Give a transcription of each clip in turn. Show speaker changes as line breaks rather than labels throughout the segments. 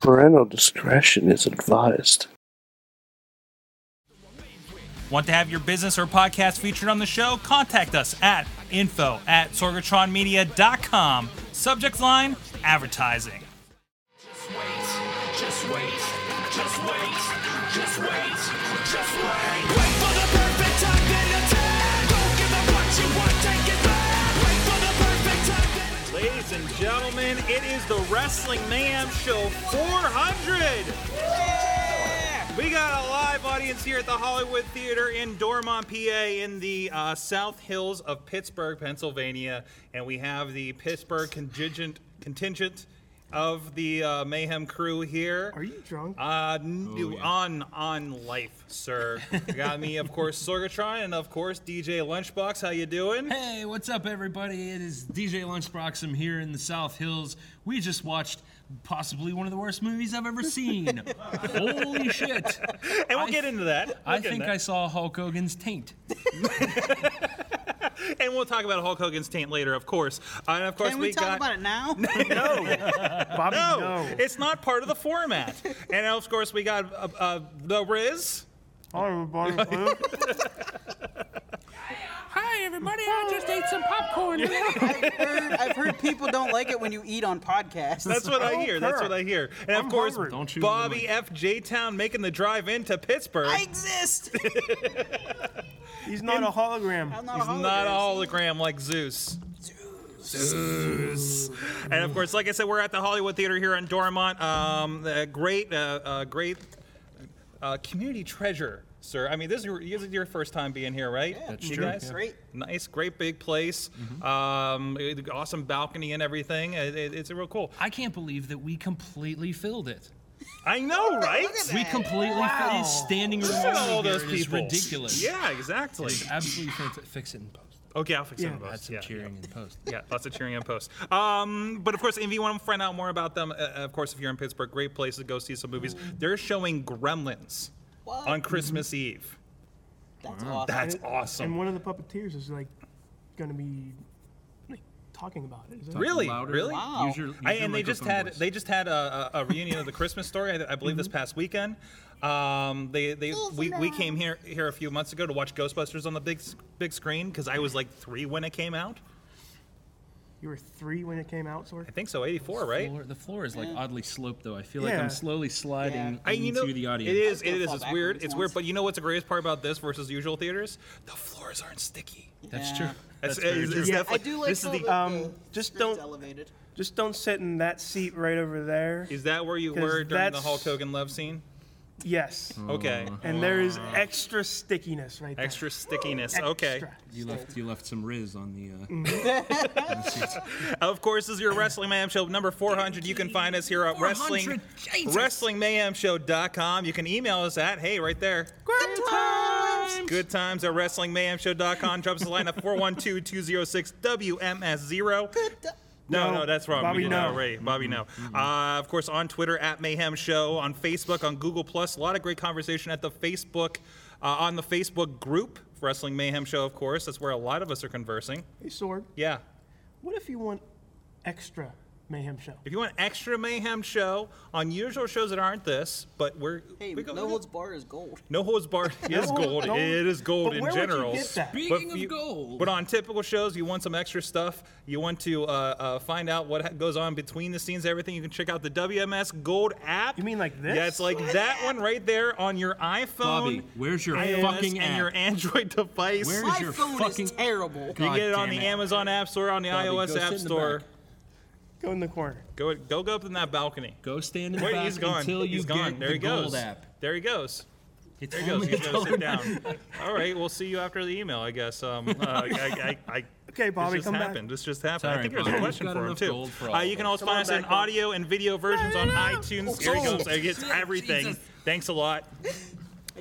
Parental discretion is advised.
Want to have your business or podcast featured on the show? Contact us at info at sorgatronmedia.com. Subject line advertising.
Just wait, just wait, just wait, just wait, just wait. Wait for the perfect time then attack. Don't give up what you want, take it back. Wait for the perfect time then attack.
Ladies and gentlemen, it is the Wrestling Mayhem Show 400. We got a live audience here at the Hollywood Theater in Dormont, PA, in the uh, South Hills of Pittsburgh, Pennsylvania, and we have the Pittsburgh contingent contingent of the uh, Mayhem crew here.
Are you drunk?
Uh, n- on on life, sir. You got me, of course, Sorgatron, and of course DJ Lunchbox. How you doing?
Hey, what's up, everybody? It is DJ Lunchbox. I'm here in the South Hills. We just watched possibly one of the worst movies I've ever seen. Holy shit!
And we'll
I-
get into that. We'll
I
get into
think
that.
I saw Hulk Hogan's taint.
And we'll talk about Hulk Hogan's taint later, of course. Uh, and of course,
Can we
got.
talk about it now?
Bobby,
no,
no.
it's not part of the format. and of course, we got uh, uh, the Riz.
Hi, everybody. Uh,
Hi, everybody! I just ate some popcorn.
I've, heard, I've heard people don't like it when you eat on podcasts.
That's what I,
don't
hear. That's
care.
what I hear. And of
I'm
course,
hungry.
Don't you
Bobby F. J. Town making the drive into Pittsburgh.
I exist.
he's not a hologram.
I'm not
He's
a
not a
hologram.
hologram like Zeus. Zeus. And of course, like I said, we're at the Hollywood Theater here in Dormont. Um, a great, uh, uh, great uh, community treasure, sir. I mean, this is, your, this is your first time being here, right? That's
true. Great.
Nice, great big place.
Mm-hmm.
Um, it- awesome balcony and everything. It- it- it's real cool.
I can't believe that we completely filled it.
I know, right?
Oh, Look at
We
that.
completely filled it. Standing room
Look at all
only here.
those
It is
people.
ridiculous.
Yeah, exactly.
It's absolutely fantastic. Fix it in post.
Okay, I'll fix it. in post.
Add some
Yeah, yeah.
cheering in post.
yeah, lots of cheering and posts. Um, but of course, if you want to find out more about them, uh, of course, if you're in Pittsburgh, great place to go see some movies. They're showing Gremlins
What?
on Christmas Eve.
That's awesome.
That's
And
awesome.
one of the puppeteers is like going to be like talking about it. Isn't
Really,
Louder.
really.
Wow.
Use your- use
I,
your
and they just
microphone
had
voice.
they just had a, a, a reunion of the Christmas story. I, I believe this past weekend. Um, they they we, we came here here a few months ago to watch Ghostbusters on the big s- big screen because I was like three when it came out.
You were three when it came out, sort
I think so, eighty four, right?
Floor- the floor is like oddly sloped, though. I feel like
Yeah.
I'm slowly sliding
I, you know,
into the audience.
It is.
I was
It
gonna
is.
fall
It's weird.
backwards
It's weird.
once.
But you know what's the greatest part about this versus usual theaters? The floors aren't sticky.
That's
Yeah.
true.
That's,
very
it's-
true.
it's
Yeah.
I
definitely-
do like
This is
how
the.
the,
Um,
the
just
script's
don't-
elevated.
Just don't sit in that seat right over there.
is that where you
'Cause
were during the
that's-
Hulk Hogan love scene?
Yes.
Okay.
And there is extra stickiness right there.
Extra stickiness. Okay.
Extra.
You left you left some riz on the. Uh, on the seats.
Of course, this is your Wrestling Mayhem Show number 400. You can find us here at wrestling
400, Jesus.
WrestlingMayhemShow.com. You can email us at hey right there.
Good times.
Good times at WrestlingMayhemShow.com. Drop us a line at 412-206-WMS0.
Good ti-
No, no,
No.
that's wrong.
Bobby,
we did that
no.
already. Bobby, no. Uh, of course, on Twitter at Mayhem Show, on Facebook, on Google Plus. A lot of great conversation at the Facebook, uh, on the Facebook group Wrestling Mayhem Show. Of course, that's where a lot of us are conversing.
Hey, Sword,
Yeah.
what if you want extra Mayhem Show?
If you want extra Mayhem Show, unusual shows that aren't this, but we're
Hey,
we go-
no holds bar is gold.
no holds barred is
No,
gold.
no.
It is gold
But
in
where would you
general.
get that?
But
Speaking of
you-
gold.
But on typical shows, you want some extra stuff. You want to uh, uh, find out what ha- goes on between the scenes, everything. You can check out the WMS Gold app.
You mean like this?
Yeah, it's like that one right there on your iPhone.
Bobby, where's your
iOS,
fucking
and
app?
your Android device.
Where's
My
your
phone
fucking?
is terrible.
you
God
get it on the
damn it.
Amazon App Store, on the
Bobby,
iOS
go sit
App
in the
Store.
back.
Go in the corner.
Go go go up in that balcony.
Go stand in the
Wait,
back
he's gone.
until you
he's gone.
get
There
the
he goes.
gold app. Oh
There he goes.
It's
There he goes.
only
He's gonna sit
gold.
down. All right, we'll see you after the email, I guess. Um, uh, I, I, I,
Okay, Bobby,
this just
come back.
happened. This just happened.
Sorry,
I think there's a
Bobby.
question
We've got
for him
enough
too.
gold for all
uh,
of
you can
us.
always find us in audio and video versions on iTunes. Here
Oh,
he goes. It gets everything. Thanks a lot.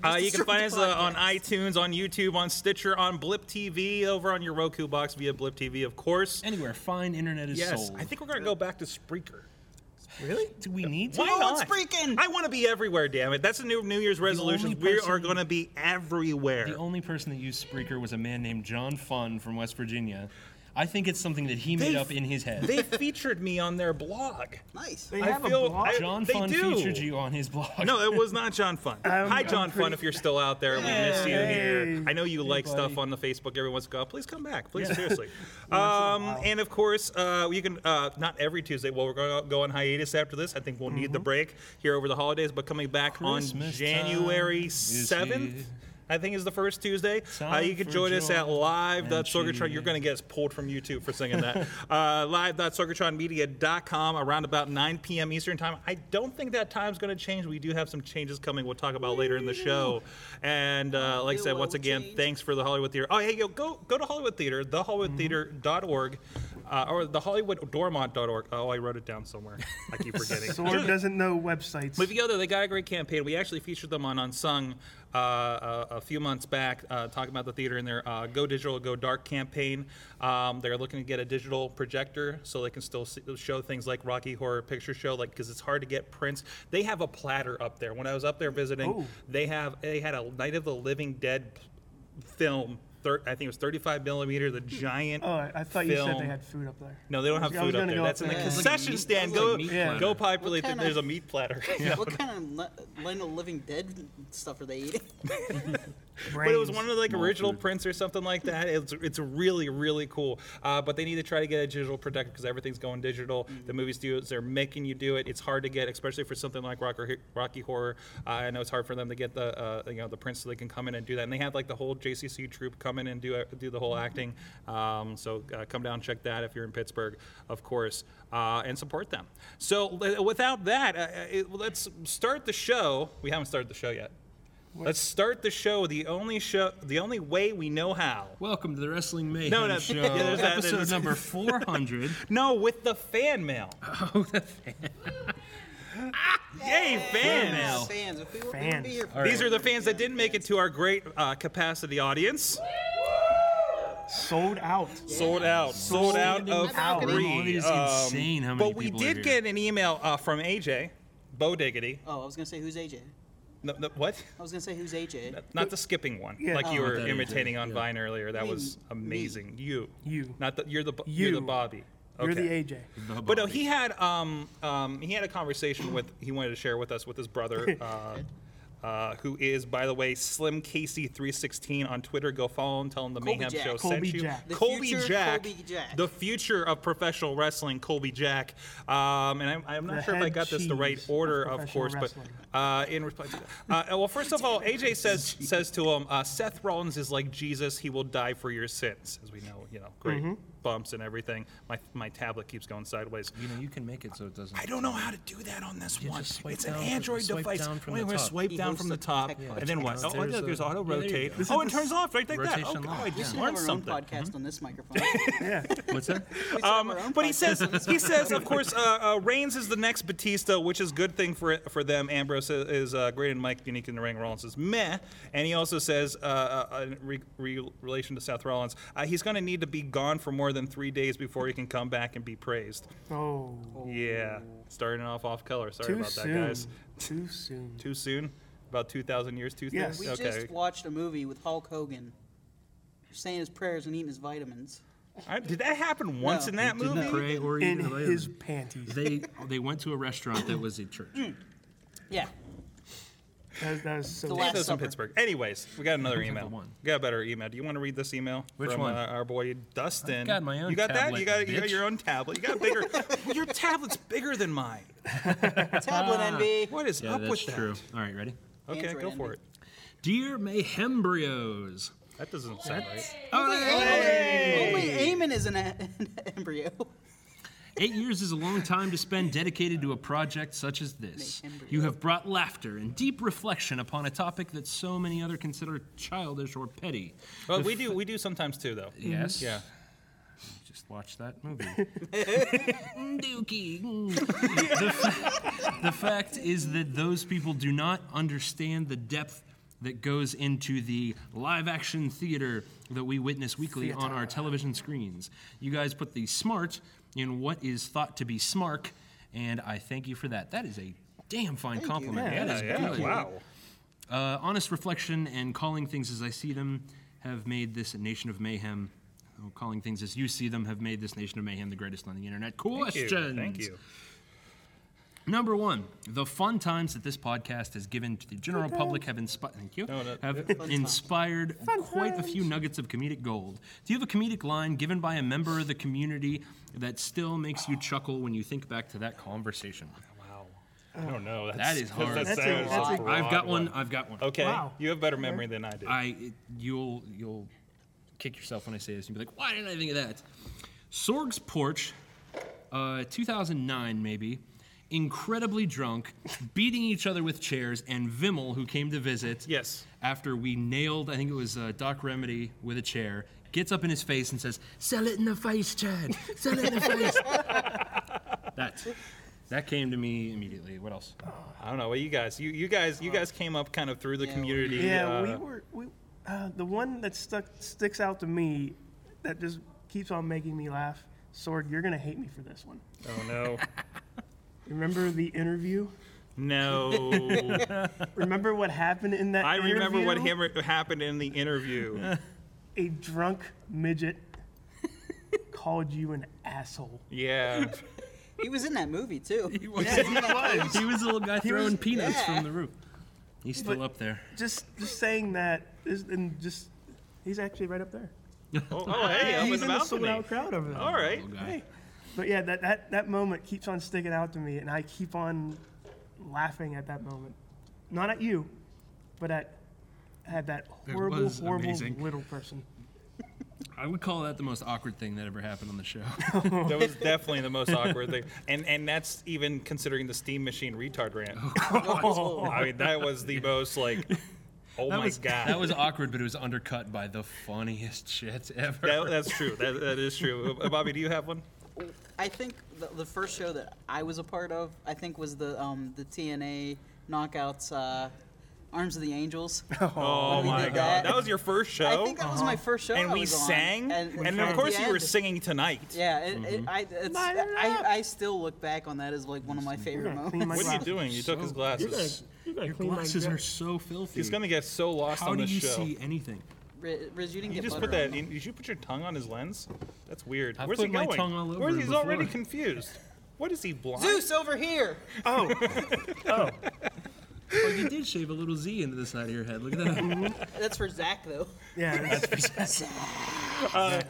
Uh, you can find us uh, on iTunes, on YouTube, on Stitcher, on Blip TV, over on your Roku box via Blip TV, of course.
Anywhere fine internet is
Yes,
sold.
I think we're gonna go back to Spreaker.
really? Do we need to?
Why
No, it's
not?
freaking-
I want to be everywhere, damn it. That's a new New Year's resolution. We
person-
are going to be everywhere.
The only person that used Spreaker was a man named John Fun from West Virginia. I think it's something that he made
They-
up in his head.
They featured me on their blog.
Nice.
They
I
have
feel-
a blog.
I-
John
they
Fun
do.
featured you on his blog.
No, it was not John Fun. Hi,
I'm
John Fun,
pretty-
if you're still out there, we miss you here.
Hey.
I know you like stuff
buddy.
on the Facebook every once in a while. Please come back, please, seriously. Um, and of course, uh, you can uh, not every Tuesday. Well, we're going to go on hiatus after this. I think we'll need the break here over the holidays, but coming back on
Mm-hmm. Christmas
January
time is
seventh.
here.
I think is the first Tuesday. Uh,
Time
you can
for
join us at
joy and
live.sorgatron. You're
cheese.
going to get us pulled from YouTube for singing that. uh, live.sorgatronmedia.com around about 9 p.m. Eastern time. I don't think that time's going to change. We do have some changes coming. We'll talk about later in the show. And uh, like I
It
said,
will
once again,
change.
thanks for the Hollywood Theater. Oh, hey, yo, go go to Hollywood Theater, thehollywoodtheater.org, uh, or thehollywoodormont.org. Oh, I wrote it down somewhere. I keep forgetting.
Sword doesn't know websites.
But if you go there, they got a great campaign. We actually featured them on Unsung uh, a, a few months back, uh, talking about the theater and their uh, Go Digital, Go Dark campaign. Um, they're looking to get a digital projector so they can still see, show things like Rocky Horror Picture Show, like because it's hard to get prints. They have a platter up there. When I was up there visiting,
Oh.
they have they had a Night of the Living Dead film. Thir- I think it was 35 millimeter, the giant.
oh, I, I thought you said
film.
they had food up there.
No, they don't
I
have
was- I was
food up
gonna
there.
go
That's in the
there.
It's like
concession
meat-
stand.
it's like
Go,
meat
Yeah. platter.
go populate.
What
that
kind
there's a
of-
meat platter.
What kind of le- Land of the Living Dead stuff are they eating?
But it was
Brains.
one of the like original prints or something like that. It's it's really really cool. Uh, but they need to try to get a digital projector because everything's going digital. The movie studios they're making you do it. It's hard to get, especially for something like Rocker, Rocky Horror. Uh, I know it's hard for them to get the uh, you know the prints so they can come in and do that. And they have like the whole JCC troupe come in and do uh, do the whole acting. Um, so uh, come down check that if you're in Pittsburgh, of course, uh, and support them. So uh, without that, uh, it, let's start the show. We haven't started the show yet. Let's start the show the only show the only way we know how.
Welcome to the Wrestling Mayhem
No, no,
Show,
yeah, there's that-
episode
there's-
number 400.
No, with the fan mail. Oh, Yay, fan mail.
Fans, if we were, we would
Fans.
be here.
All
These
right.
are the fans that didn't make it to our great uh, capacity audience.
sold out.
Sold out. Sold out of
out.
It
three.
is
Um,
insane how many
But we
people are
did
here.
get an email uh, from AJ, Bo Diggity.
Oh, I was gonna say who's AJ.
No, no, what?
I was gonna say who's AJ.
Not the skipping one,
Yeah.
like you
Oh,
were
that AJ,
imitating on
yeah.
Vine earlier. That was
Me.
amazing. You.
You.
Not the. You're the. bo- You're the
You.
Bobby.
You're the
Okay.
AJ.
But no, he had um, um, he had a conversation with he wanted to share with us with his brother, uh, uh, who is by the way Slim Casey three sixteen on Twitter. Go follow him. Tell him the
Colby
Mayhem
Jack.
Show
Colby
sent you.
Jack.
The
Colby,
future
Jack,
Colby Jack.
the future of professional wrestling. Colby Jack. Um, and I'm, I'm not
The
sure if I
head
got this the right
cheese of
order, of,
professional
course,
wrestling.
but uh, in reply to that. Uh, well, first of all, AJ says says to him, uh, Seth Rollins is like Jesus. He will die for your sins, as we know. You know, great
Mm-hmm.
bumps and everything. My my tablet keeps going sideways.
You know, you can make it so it doesn't.
I don't know how to do that on this one.
just swipe
It's an
down from-
Android
swipe
device.
down from
Wait,
the
we're
top.
swipe
He
down
goes
from the
to
top,
tech Yeah,
and then what?
down.
Oh, look,
There's
there's
a-
auto
yeah, there you
rotate.
go. This
Oh,
is
it
the
turns off right like that.
rotation
Oh,
lock.
I just learned
should have our own
something. Mm-hmm.
podcast on this microphone.
Yeah.
What's that?
Um, but he says he says of course uh, uh, Reigns is the next Batista, which is good thing for for them. Ambrose is- is uh, great and Mike unique in the ring. Rollins is meh, and he also says uh, uh, in re- re- relation to Seth Rollins, uh, he's going to need to be gone for more than three days before he can come back and be praised.
Oh.
Yeah, starting off off color. Sorry
Too
about
soon.
that, guys.
Too soon.
Too soon? About 2,000 years too
Yes.
soon?
We
Okay.
just watched a movie with Hulk Hogan saying his prayers and eating his vitamins.
I- did that happen once
No.
in that
Didn't
movie?
pray or
In
eat or lay
his
on-
panties.
They they went to a restaurant that was a church.
Mm.
Yeah.
That was, that was so.
The
That
last-
was in
supper.
Pittsburgh. Anyways, we got another email.
the one.
We got a better email. Do you want to read this email?
Which
from,
one?
Uh, our boy Dustin.
I've got my own
You got that?
tablet,
You got, you got
bitch.
your own tablet. You got bigger. your tablet's bigger than mine.
Tablet envy.
What is
Yeah,
up
that's
with that?
true. All right, ready?
Okay,
Android
go for
envy.
it.
Dear Mayhembrios.
That doesn't sound right.
Oh,
Only Eamon is an, an embryo.
Eight years is a long time to spend dedicated to a project such as this. You have brought laughter and deep reflection upon a topic that so many other consider childish or petty.
Well, we do we do sometimes too, though.
Yes.
Yeah.
Just watch that movie. Dookie. mm. the, fa- the fact is that those people do not understand the depth that goes into the live action theater that we witness weekly on our television screens. You guys put the smart in what is thought to be smark, and I thank you for that. That is a damn fine compliment. that is
yeah,
good.
wow.
Uh, honest reflection and calling things as I see them have made this a nation of mayhem. or calling things as you see them have made this nation of mayhem the greatest on the internet.
you.
Questions.
Thank you.
Number one, the fun times that this podcast has given to the general public have inspired. Thank you. have inspired quite a few nuggets of comedic gold. Do you have a comedic line given by a member of the community that still makes you chuckle when you think back to that conversation?
I don't know.
That is hard.
That's,
That's a-
that's,
that's a-
broad
I've got one.
one.
I've got one.
Okay,
Wow.
you have better memory than I do.
I it- you'll you'll kick yourself when I say this. You'll be like, why didn't I think of that? Sorg's porch, uh, 2009 maybe. Incredibly drunk, beating each other with chairs, and Vimmel, who came to visit.
Yes.
After we nailed, I think it was uh, Doc Remedy with a chair, gets up in his face and says, "Sell it in the face, Chad. Sell it in the face." that, that came to me immediately. What else?
I don't know. Well, you guys, you, you guys, you guys came up kind of through the
Yeah, we-
community.
Yeah,
uh,
we were. We, uh, the one that stuck sticks out to me, that just keeps on making me laugh. Sword, you're gonna hate me for this one.
Oh no,
Remember the interview?
no.
Remember what happened in that?
I remember what
interview?
hammer- happened in the interview.
A drunk midget called you an asshole.
Yeah.
He was in that movie too.
He was. He was a little guy throwing peanuts
yeah.
from the roof. He's still up there.
Just, just saying that is, and just, he's actually right up there.
Oh, oh, hey, I
he's
was
in the
about to.
sold out
me.
crowd over there.
All right.
guy.
But yeah, that, that that moment keeps on sticking out to me, and I keep on laughing at that moment. Not at you, but at at that horrible,
was
horrible
amazing.
little person.
I would call that the most awkward thing that ever happened on the show.
That was definitely the most awkward thing, and and that's even considering the steam machine retard rant. I mean, that was the most like, oh my
was,
god.
That was awkward, but it was undercut by the funniest shit ever.
That- that's true. That, that is true. Uh, Bobby, do you have one?
I think the, the first show that I was a part of, I think, was the um, the TNA Knockouts uh, Arms of the Angels.
Oh
we
my
did
god,
that.
that was your first show.
I think that was my first show.
and
I
we
was on.
sang,
and,
and, of
at the
course you were Mm-hmm.
end-
singing tonight.
Yeah, it, it, I, it's, I, I still look back on that as like one of my favorite
Gotta clean
moments.
my
What are you
glasses.
doing? You took
Oh,
his glasses.
You gotta
Your
clean my
glasses
gra-
are so filthy.
He's gonna get so lost
How
on
do
this
you
show.
see anything?
Ri- Riz, you didn't
You
get
just
butter
put
on
that.
that.
In, did you put your tongue on his lens? That's weird.
I've
Where's he
put my
going?
tongue all over
Where's
him
he's already
before.
confused? What is he blind?
Zeus over here.
Oh, you did shave a little Z into the side of your head. Look at that.
That's for Zach though.
Yeah. that's-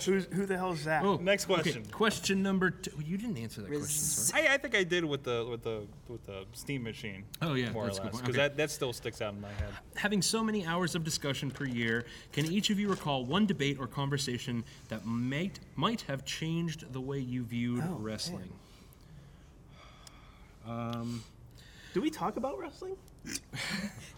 Who's, who the hell's that?
Oh,
Next
okay,
question.
Question number two. You didn't answer that
Riz-
question. Sorry.
I, I think I did with the with the with the steam machine.
Oh, yeah,
more
that's a
or
good
less,
point.
because
Okay.
that, that still sticks out in my head.
Having so many hours of discussion per year, can each of you recall one debate or conversation that might might have changed the way you viewed wrestling?
Do we talk about wrestling?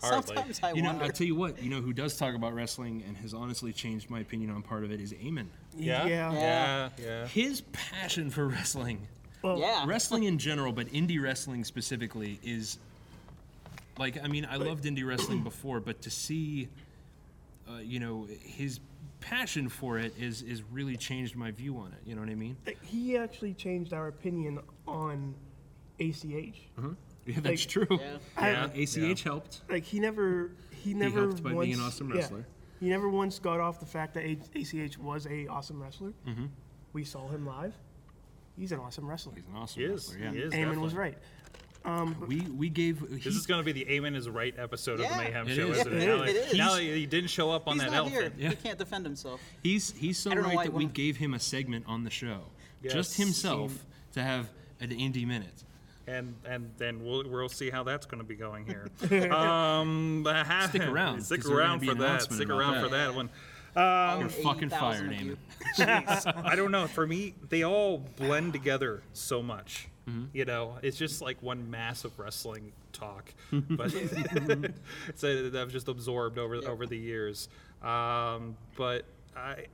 Hardly.
Sometimes I
You know,
wonder.
I tell you what, you know who does talk about wrestling and has honestly changed my opinion on part of it is Eamon.
Yeah.
Yeah.
Yeah. Yeah.
His passion for wrestling,
Well,
yeah.
wrestling in general, but indie wrestling specifically, is like I mean, I loved indie wrestling before, but to see, uh, you know, his passion for it is is really changed my view on it. You know what I mean?
He actually changed our opinion on ACH.
Yeah, that's true.
Like-
Yeah.
Yeah,
I-
ACH helped.
like he never he never
helped by
once,
being an awesome
yeah.
wrestler.
he never once got off the fact that A- ACH was a awesome wrestler.
Mm-hmm.
We saw him live. He's an awesome wrestler.
He's an awesome
He is.
wrestler. Yeah.
He is.
Eamon was
definitely.
right.
We we gave. He,
This is going to be the Eamon is right episode of the
Yeah.
Mayhem
It
Show,
is.
isn't it?
It
Now,
is.
that-
It
now
is.
that he didn't show up on
He's
that
not here.
elephant.
He can't defend himself.
He's he's so
I don't know
right
why
that
he
we
went on.
gave him a segment on the show, just
Yes.
himself, to have an indie minute.
and and then we'll we'll see how that's going to be going here. um,
Stick around, 'cause
stick
there's gonna
around
be
for
an
that.
announcement
Stick
about
around
that.
for that one.
All
You're fucking
80,000
fired,
of you.
Eamon.
I don't know. For me, they all blend together so much.
Mm-hmm.
You know, it's just like one massive wrestling talk. But so that I've just absorbed over over the years. Um, but I.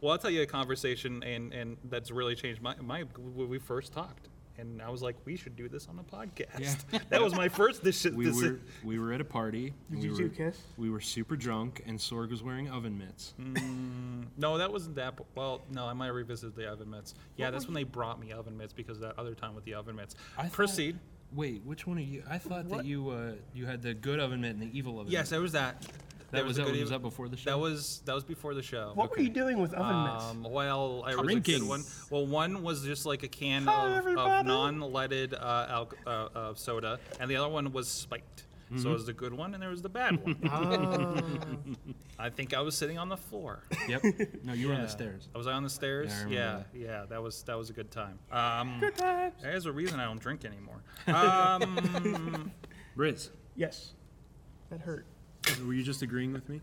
Well, I'll tell you a conversation, and, and that's really changed my my when we first talked, and I was like, we should do this on a podcast. that was my first. This,
We
this
were we were at a party. Did we
you
were,
two kiss?
We were super drunk, and Sorg was wearing oven mitts.
Hmm. No, that wasn't that. po- Well, no, I might revisit the oven mitts. Yeah, that's when they brought me oven mitts because that other time with the oven mitts.
I thought-
Proceed.
Wait, which one are you? I thought that you uh, you had the good oven mitt and the evil oven.
Yes,
mitt.
there was that.
That was,
a
that
good
was
ev-
that before the show.
That was that was before the show.
What were you doing with oven mitts?
Um, well, I
Drinking.
was one. Well, one was just like a can
Hi,
of, of
everybody.
non-leaded uh, alco- uh, uh, soda, and the other one was spiked. So
Mm-hmm.
it was the good one, and there was the bad one. I think I was sitting on the floor.
yep. No, you were on the stairs.
I was on the stairs.
Yeah, I remember
Yeah,
that.
yeah, that was that was a good time. Um,
Good times.
there's a reason I don't drink anymore.
Riz,
Yes. That hurt.
were you just agreeing with me?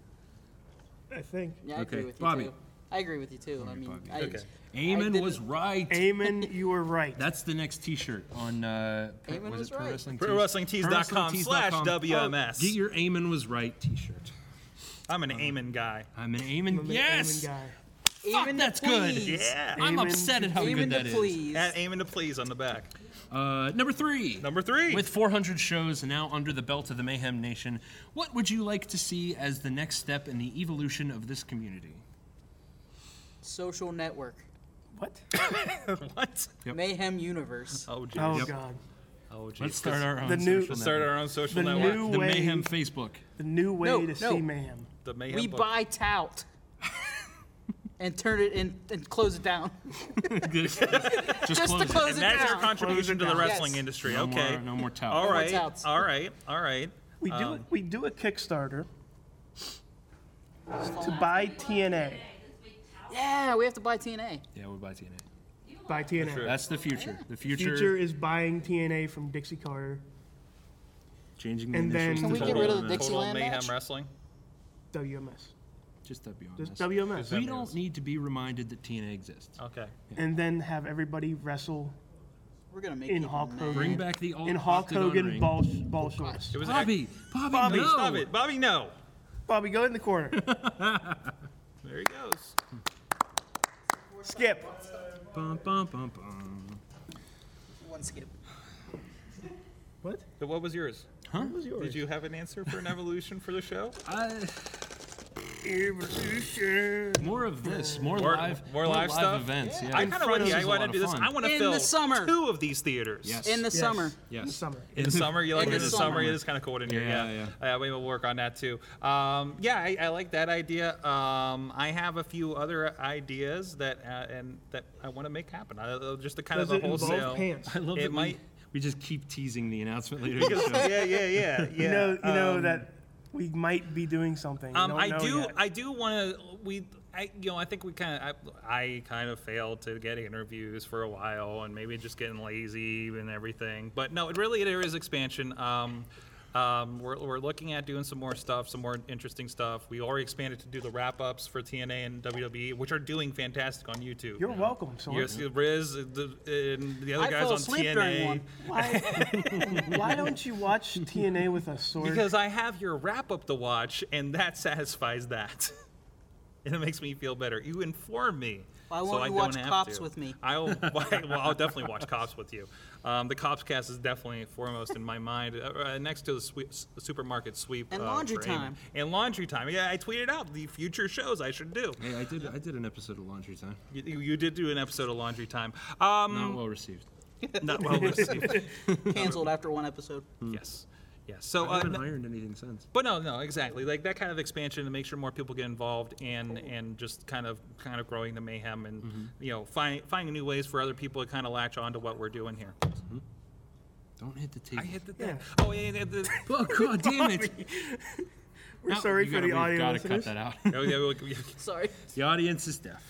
I think.
Yeah, I agree
Okay.
with you
Bobby.
too. I agree with you too. I mean, I,
Okay.
Eamon
didn't-
was right.
Eamon, you were right.
That's the next T-shirt on. Uh, pro-
Eamon
was,
was
it pro
right.
wrestling?
Pro
Tees?
Wrestling Tees dot com
Tees
slash
dot com. Oh,
WMS.
Get your Eamon was right T-shirt.
I'm an Amen guy.
I'm an Eamon.
I'm an
yes.
Eamon guy.
Fuck,
Eamon to
that's good.
please.
Yeah.
I'm
Eamon
upset at how
Eamon
good that
to
is.
please.
At Amen to please on the back.
Uh, number three.
Number three.
With 400 shows now under the belt of the Mayhem Nation, what would you like to see as the next step in the evolution of this community?
Social network.
What?
what?
Mayhem universe.
Oh jeez.
Oh God.
Oh jeez.
Let's start our own
The new-
social
Let's start
network.
our own social
The
network.
new
the
way.
Mayhem Facebook.
The new way
No,
to
no.
see mayhem.
The mayhem
we
book.
buy tout. and turn it in and close it down.
just close
to
it.
close it
That's our
down.
contribution to the
down.
wrestling
Yes.
industry.
No
okay.
More, no more tout.
All right.
touts.
All right. All right.
We do
Um,
we do a Kickstarter to buy TNA.
Yeah, we have to buy TNA.
Yeah, we buy TNA.
Buy TNA.
Sure.
That's the future. The future,
Future is buying TNA from Dixie Carter.
changing the
and then-
initials
Can
to
we get
total
rid of
and
the
then
Dixie-
Total
Dixieland
mayhem
match?
wrestling.
WMS.
Just WMS.
Just WMS.
We don't need to be reminded that TNA exists.
Okay.
And then have everybody wrestle
We're gonna make
in
people
Hulk
mad.
Hogan.
Bring back the old
in Hulk
octagon
Hogan
ring.
ball, ball shorts.
It was an act-
Bobby, Bobby,
Bobby,
no.
Stop it, Bobby. No.
Bobby, go in the corner.
There he goes.
Skip.
Bum, bum, bum, bum.
One skip.
What?
So what was yours?
What was yours?
Did you have an answer for an evolution for the show?
I-
Evolution.
more of this, more,
More-
live,
more live stuff?
events. Yeah.
I kind of want
front
to.
of
I
us
want to do this. I want to
In
fill
the summer.
two of these theaters.
Yes.
In the
Yes.
summer.
In the summer.
In the summer, you like in
the
the summer.
summer.
It is kind of cold in here.
Yeah,
Yeah, Uh, we will work on that too. Um, yeah, I, I like that idea. Um, I have a few other ideas that uh, and that I want to make happen. I, uh, just the kind
Does
of
it
the
involve
wholesale.
pants?
I love
it
that we-
might-
We just keep teasing the announcement later. in the show.
yeah, yeah, yeah, yeah.
You know, you know that we might be doing something. We
Um,
don't
I
know
do.
yet.
I do want to. We. I, you know, I think we kind of, I, I kind of failed to get interviews for a while, and maybe just getting lazy and everything. But no, it really there is expansion. Um, um, we're, we're looking at doing some more stuff, some more interesting stuff. We already expanded to do the wrap ups for TNA and WWE, which are doing fantastic on YouTube.
You're welcome, so
Yes, Riz, the, and the other
I
guys
fell
on
asleep
TNA.
during one.
why, why don't you watch TNA with us, Sword?
Because I have your wrap up to watch, and that satisfies that. and it makes me feel better. You inform me.
Why
so
won't
I
you
don't
watch
have
Cops
to.
with me?
I'll, well, I'll definitely watch Cops with you. Um, the Cops cast is definitely foremost in my mind, uh, uh, next to the, sweep, s- the supermarket sweep.
And
uh,
Laundry
for Amy.
Time.
And laundry time. Yeah, I tweeted out the future shows I should do.
Hey, I did. I did an episode of Laundry Time.
You, you- you did do an episode of laundry time. Um,
Not well received.
Not well received.
Cancelled after one episode.
yes. Yes. So
I
uh,
haven't
n-
ironed anything since.
But no, no, exactly. Like that kind of expansion to make sure more people get involved and and just kind of kind of growing the mayhem and
Mm-hmm.
you know find, finding new ways for other people to kind of latch on to what we're doing here.
Don't hit the table.
I hit the thing. Oh, yeah, yeah, the,
Oh God damn it!
We're sorry for the
We've
audio
gotta cut
listeners.
that out.
oh, yeah, we- we-
Sorry.
the audience is deaf.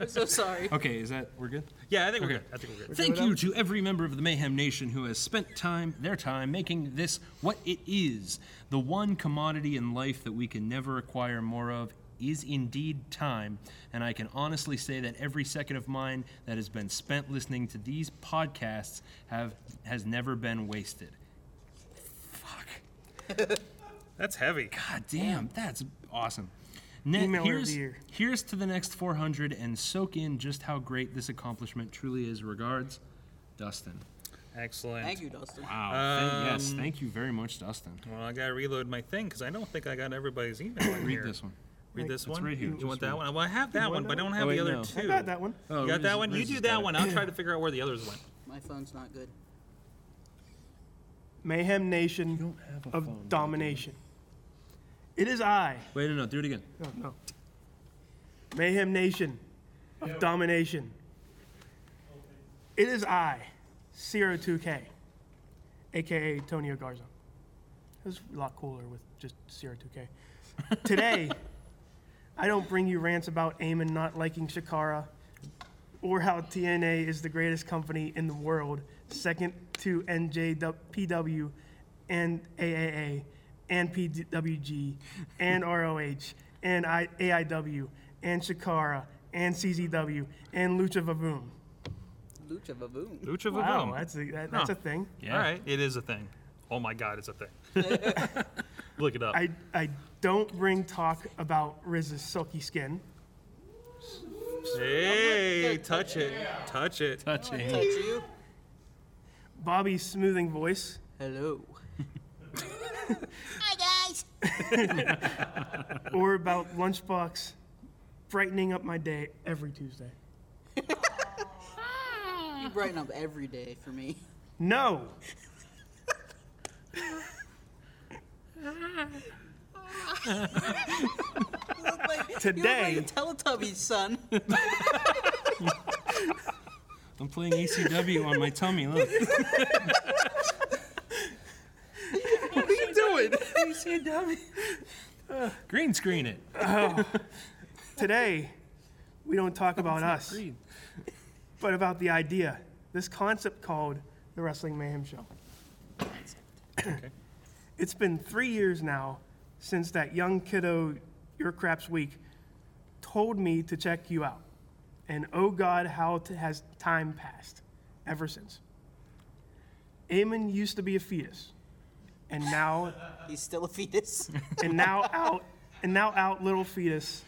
I'm so sorry.
Okay, is that we're good?
yeah, I think we're
Okay.
good. I think we're good.
Thank you to every member of the Mayhem Nation who has spent time, their time, making this what it is. The one commodity in life that we can never acquire more of is indeed time. And I can honestly say that every second of mine that has been spent listening to these podcasts have has never been wasted. Fuck.
That's heavy.
God damn, that's awesome. Ne-
Emailer of the
here's,
year.
here's to the next 400 and soak in just how great this accomplishment truly is. Regards, Dustin.
Excellent.
Thank you, Dustin.
Wow. Oh, thank-
Um,
yes. Thank you very much, Dustin.
Well, I gotta reload my thing because I don't think I got everybody's email. in
Read
here.
this one.
Read this one.
right here,
You want
just
that
read
one? Well, I have that one, but I don't have
wait,
the other
no.
two.
I got that one.
Oh,
You got that one. You do that one. I'll try to figure out where the others went.
My phone's not good.
Mayhem Nation of Domination. It is I,
Wait, no, no, do it again.
Mayhem Nation of Domination. It is I, CR2K, aka Tonio Garza. It was a lot cooler with just CR2K. Today, I don't bring you rants about Eamon not liking Shakara or how TNA is the greatest company in the world, second to NJPW and AAA and PWG and ROH and I- AIW and Shakara and CZW and Lucha Vaboom.
Lucha Vaboom.
Lucha
Wow,
Vavoom.
that's a, that, that's a thing.
Yeah.
All right, it is a thing. Oh my God, it's a thing. Look it up.
I, I don't bring talk about Riz's silky skin.
hey, touch it, touch it.
Touch it.
Touch you.
Bobby's smoothing voice.
Hello.
or about Lunchbox brightening up my day every Tuesday.
You brighten up every day for me.
No.
You
Today,
look like a Teletubbies, son.
I'm playing ECW on my tummy. Look.
what are you doing?
Green screen it.
today, we don't talk about us,
Green.
but about the idea, this concept called the Wrestling Mayhem Show. It's been three years now since that young kiddo, Your Craps Week, told me to check you out. And oh God, how t- has time passed ever since? Eamon used to be a fetus, and now
He's still a fetus.
and now out and now out little fetus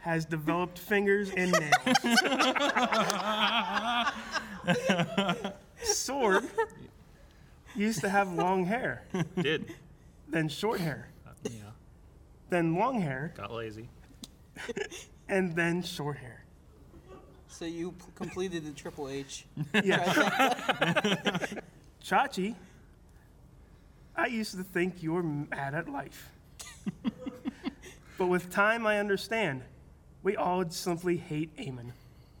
has developed fingers and nails. Sword used to have long hair,
Did
then short hair, then long hair,
got lazy.
and then short hair.
So you p- completed the Triple H.
Chachi, I used to think you were mad at life. but with time, I understand. We all simply hate Eamon.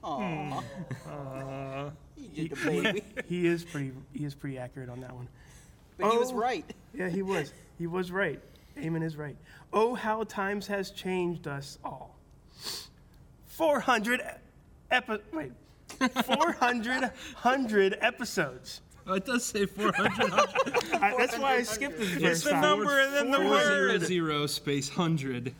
Aww. You did the baby.
He is pretty. He is pretty accurate on that one.
But he was
Oh.
right.
Yeah, he was. He was right. Eamon is right. Oh, how times has changed us all. 400 epi- wait. 400 hundred episodes.
Oh, it does say 400.
I, that's why I skipped the first
the
time.
number and then the
Zero,
word.
zero space hundred.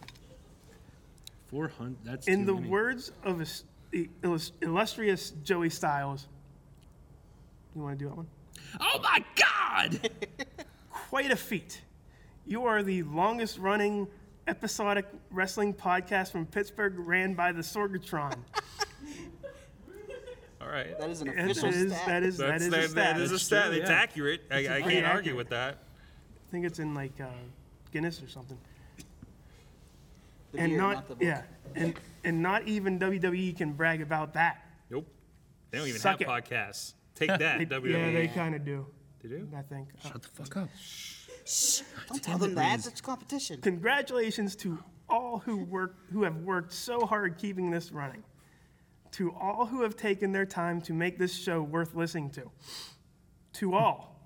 Four hundred. That's
In
too
the
many.
words of is- the illus- illustrious Joey Styles, you want to do that one?
Oh my God!
Quite a feat. You are the longest running episodic wrestling podcast from Pittsburgh ran by the Sorgatron.
All right.
That is an
That is,
official stat.
that is, that
That's,
is a
that,
stat.
that is a
That's
stat.
true,
It's
yeah.
accurate. I, I can't
pretty
argue
accurate.
with that.
I think it's in like uh, Guinness or something.
the
And
beer,
not,
the book.
yeah, and and not even WWE can brag about that.
Nope. They don't even have
Suck it.
podcasts. Take that, WWE.
Yeah, they kind of do.
They do?
I think. Uh,
Shut the fuck up.
Don't tell them that. It's competition.
congratulations to all who work who have worked so hard keeping this running. To all who have taken their time to make this show worth listening to. To all,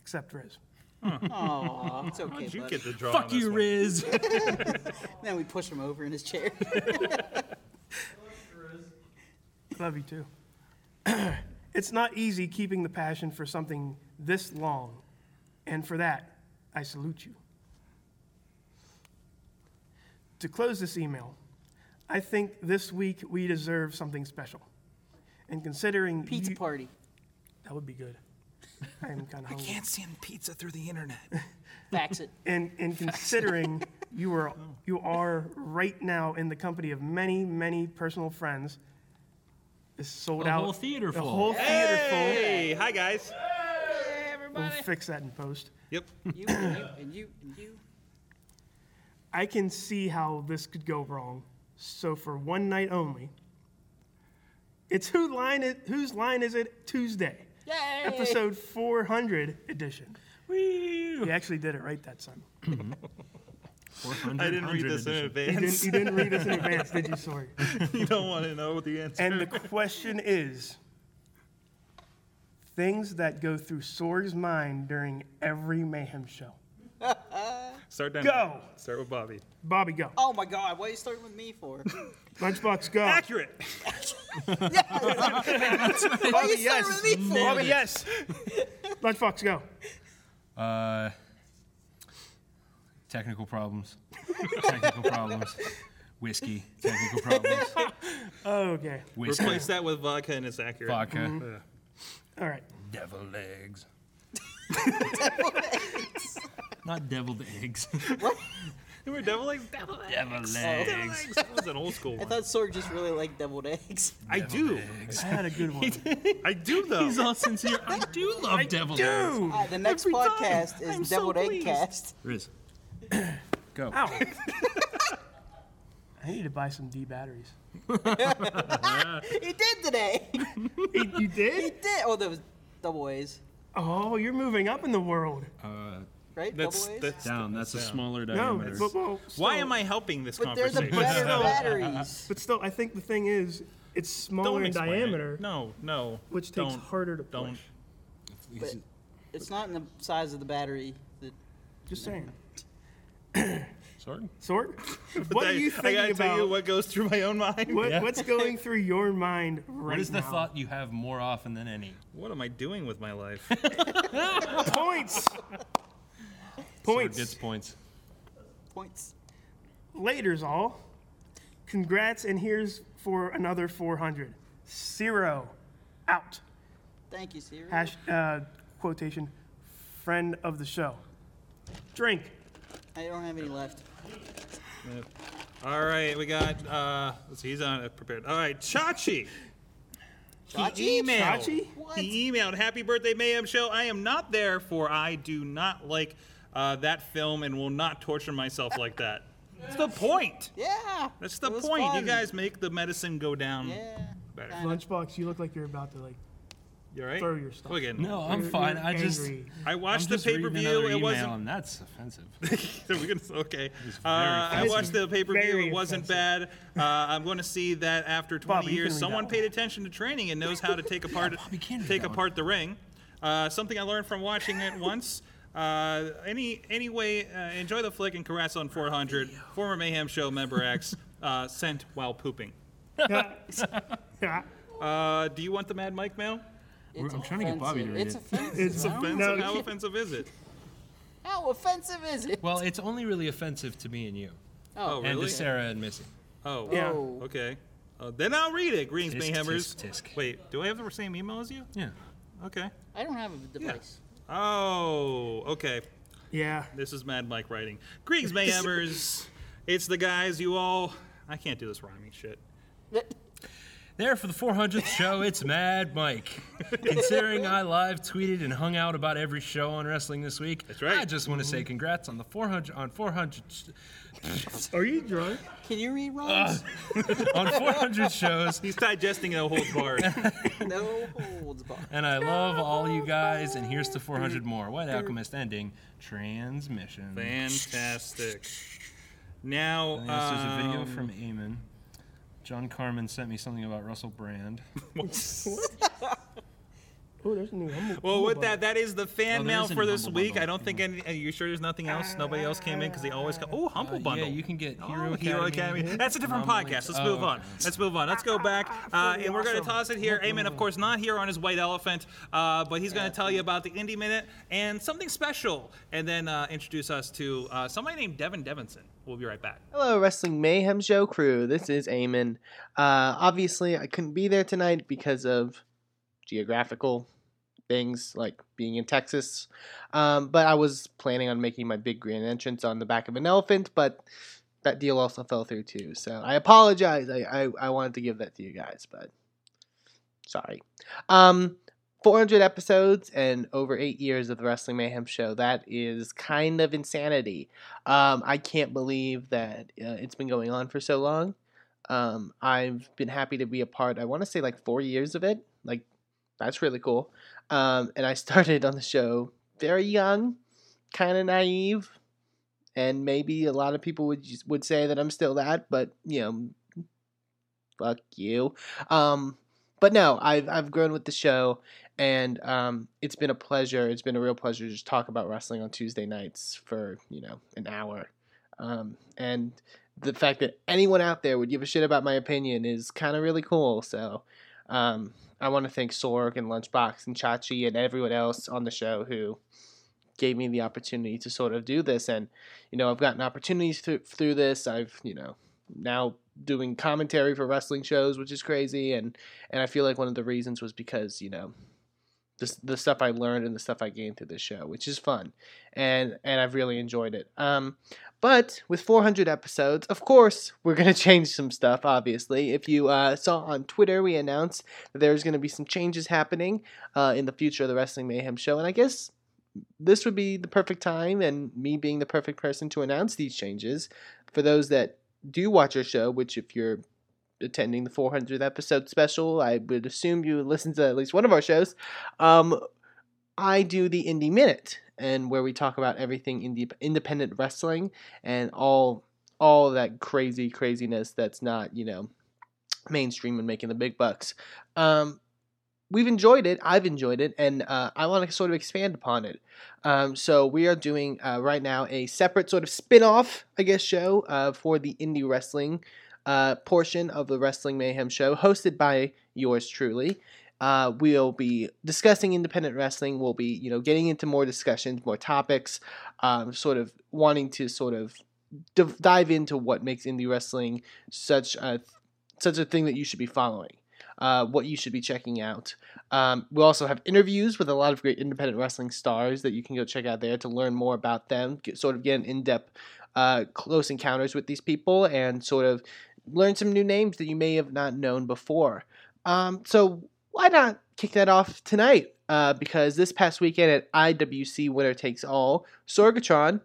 except Riz.
Aw, it's okay,
Did you
bud.
get the draw?
Fuck
on this
you,
one?
Riz.
Then we push him over in his chair.
Love you too. it's not easy keeping the passion for something this long, and for that, I salute you. To close this email, I think this week we deserve something special. And considering
Pizza
you-
party.
that would be good. I am kind of hungry.
Can't send pizza through the internet.
Fax it.
and and considering you are you are right now in the company of many many personal friends, is sold
The
out.
whole theater
the
full.
whole theater full.
Hey, hi guys.
We'll fix that in post.
Yep.
You and you and you and you.
I can see how this could go wrong. So for one night only, it's who line it, whose line is it Tuesday?
Yay!
Episode 400 edition.
Wee.
He actually did it right that time.
I didn't read this in
You didn't,
advance.
you didn't read this in advance, did you, Sorry.
you don't want to know what the answer.
And the question is things that go through Sorg's mind during every mayhem show.
Start down.
Go.
Start with Bobby.
Bobby, go.
Oh my god, what are you starting with me for?
Lunchbox, go.
Accurate.
Why are you starting with me for?
Bobby, yes. Lunchbox, go.
Uh, technical problems. technical problems. Whiskey. Technical problems.
Okay.
Whiskey.
Replace that with vodka, and it's accurate.
vodka.
All right.
Devil eggs. Not deviled eggs.
You were devil eggs. Devil eggs.
devil eggs.
That was an old school
I
one.
thought Sorg just really liked deviled eggs.
I do.
I had a good one.
I do though.
He's all sincere. I do love deviled eggs.
All right, the next podcast is deviled egg cast.
Riz. Go.
Ow. I need to buy some D batteries.
He did today. he
you did?
did. Oh, that was double A's,
Oh, you're moving up in the world.
right?
That's
double A's.
that's.
Down. That's a smaller
No,
diameter.
but, well, still-
Why am I helping this
but they're the
conversation?
better batteries.
But still, I think the thing is, it's smaller
Don't
in
explain it.
diameter,
No, no.
which takes
don't.
harder to push.
don't.
It's not in the size of the battery. That,
Just saying.
Sorry.
Sword? what are
I-
you
I
thinking
gotta
about?
tell you what goes through my own mind.
What- What's going through your mind right
What is the
now?
thought you have more often than any?
What am I doing with my life?
Points.
Sword
Points.
gets points.
points.
Later's all. Congrats, and here's for another 400. Zero. Out.
Thank you, Siri.
Hash, uh, quotation, friend of the show. Drink.
I don't have any left.
All right, we got. uh let's see, He's on it prepared. All right, Chachi. He
Chachi?
emailed.
Chachi?
He emailed. Happy birthday, Mayhem Show. I am not there for I do not like uh, that film and will not torture myself like that. That's the point.
Yeah.
That's the
it was
point. You
fun.
guys make the medicine go down
Yeah.
better.
Lunchbox, you look like you're about to, like,
You all right?
Throw your stuff.
Look at
No, I'm
you're-
fine.
you're
I just.
angry.
I
I'm
watched the
just
pay
reading
per view.
another
It
email,
wasn't
And that's offensive.
So we're gonna- okay.
It's
Uh,
very
I
offensive.
watched the pay per view.
Very
It wasn't bad. Uh, I'm going to see that after 20
Bobby, you can
years,
read
someone
that
paid attention to training and knows how to take apart
Bobby can read
take
that one.
apart the ring. Uh, something I learned from watching it once. Uh, any anyway, uh, enjoy the flick and caress on 400. Former Mayhem Show member X uh, sent while pooping.
Yeah.
Uh, do you want the Mad Mike mail?
We're- I'm trying to get Bobby to read
It's
it.
offensive.
It's
Offensive? How offensive is it?
How offensive is it?
Well, it's only really offensive to me and you,
Oh,
and
really?
to Sarah and Missy.
Oh,
Yeah.
Oh.
okay. Uh, then I'll read it. Greetings,
Tisk,
Mayhemers.
tisk, tisk.
Wait, do I have the same email as you?
Yeah.
Okay.
I don't have a device.
Oh, okay.
Yeah.
This is Mad Mike writing. Greetings, Mayhemers. it's the guys you all. I can't do this rhyming shit.
There for the 400th show, it's Mad Mike. Considering I live tweeted and hung out about every show on wrestling this week, that's
right.
I just want to say congrats on the 400 on 400
Are you drunk?
Can you read rhymes?
on 400 shows,
He's digesting a whole bar. Uh.
no holds barred.
and I love all you guys. And here's to 400 more. White Alchemist ending transmission.
Fantastic. Now,
Yes, there's a video
um,
from Eamon. John Carmen sent me something about Russell Brand.
Oh, there's a new one.
Well, with that, that is the fan
Oh, there
mail
is a
for this
Humble
week.
Bundle.
I don't think any. Are you sure there's nothing else? Nobody else came in because they always come. Oh, humble
Uh,
bundle.
Yeah, you can get Hero
Oh,
Academy.
Hero Academy. That's a different
Anomaly.
podcast. Let's
Oh,
move on.
okay.
Let's move on. Let's go back. Uh, and we're going to
awesome.
toss it here. Eamon, of course, not here on his white elephant, uh, but he's going to tell you about the Indie Minute and something special, and then uh, introduce us to uh, somebody named Devin Devinson. We'll be right back.
Hello, Wrestling Mayhem Show crew. This is Eamon. Uh, obviously, I couldn't be there tonight because of geographical things like being in Texas. Um, but I was planning on making my big grand entrance on the back of an elephant, but that deal also fell through too. So I apologize. I, I, I wanted to give that to you guys, but sorry. Um, 400 episodes and over eight years of the Wrestling Mayhem Show. That is kind of insanity. Um, I can't believe that uh, it's been going on for so long. Um, I've been happy to be a part. I want to say like four years of it. Like that's really cool. Um, and I started on the show very young, kind of naive, and maybe a lot of people would would say that I'm still that, but you know, fuck you. Um, but no, I've I've grown with the show, and um, it's been a pleasure. It's been a real pleasure to just talk about wrestling on Tuesday nights for you know an hour, um, and the fact that anyone out there would give a shit about my opinion is kind of really cool. So, um, I want to thank Sorg and Lunchbox and Chachi and everyone else on the show who gave me the opportunity to sort of do this. And you know, I've gotten opportunities through through this. I've you know now doing commentary for wrestling shows, which is crazy. And and I feel like one of the reasons was because you know the the stuff I learned and the stuff I gained through this show, which is fun, and and I've really enjoyed it. Um, but with 400 episodes, of course, we're gonna change some stuff. Obviously, if you uh, saw on Twitter, we announced that there's gonna be some changes happening uh, in the future of the Wrestling Mayhem show, and I guess this would be the perfect time, and me being the perfect person to announce these changes for those that do watch our show. Which, if you're attending the 400th episode special. I would assume you listen to at least one of our shows. Um, I do the Indie Minute, and where we talk about everything indie, independent wrestling and all all that crazy craziness that's not you know mainstream and making the big bucks. Um, we've enjoyed it. I've enjoyed it, and uh, I want to sort of expand upon it. Um, so we are doing uh, right now a separate sort of spin-off, I guess, show uh, for the indie wrestling uh, portion of the Wrestling Mayhem show, hosted by yours truly. Uh, we'll be discussing independent wrestling. We'll be, you know, getting into more discussions, more topics, um, sort of wanting to sort of div- dive into what makes indie wrestling such a such a thing that you should be following, uh, what you should be checking out. Um, we also have interviews with a lot of great independent wrestling stars that you can go check out there to learn more about them, get, sort of get an in depth, uh, close encounters with these people, and sort of learn some new names that you may have not known before. Um, so why not kick that off tonight? Uh, because this past weekend at IWC Winner Takes All, Sorgatron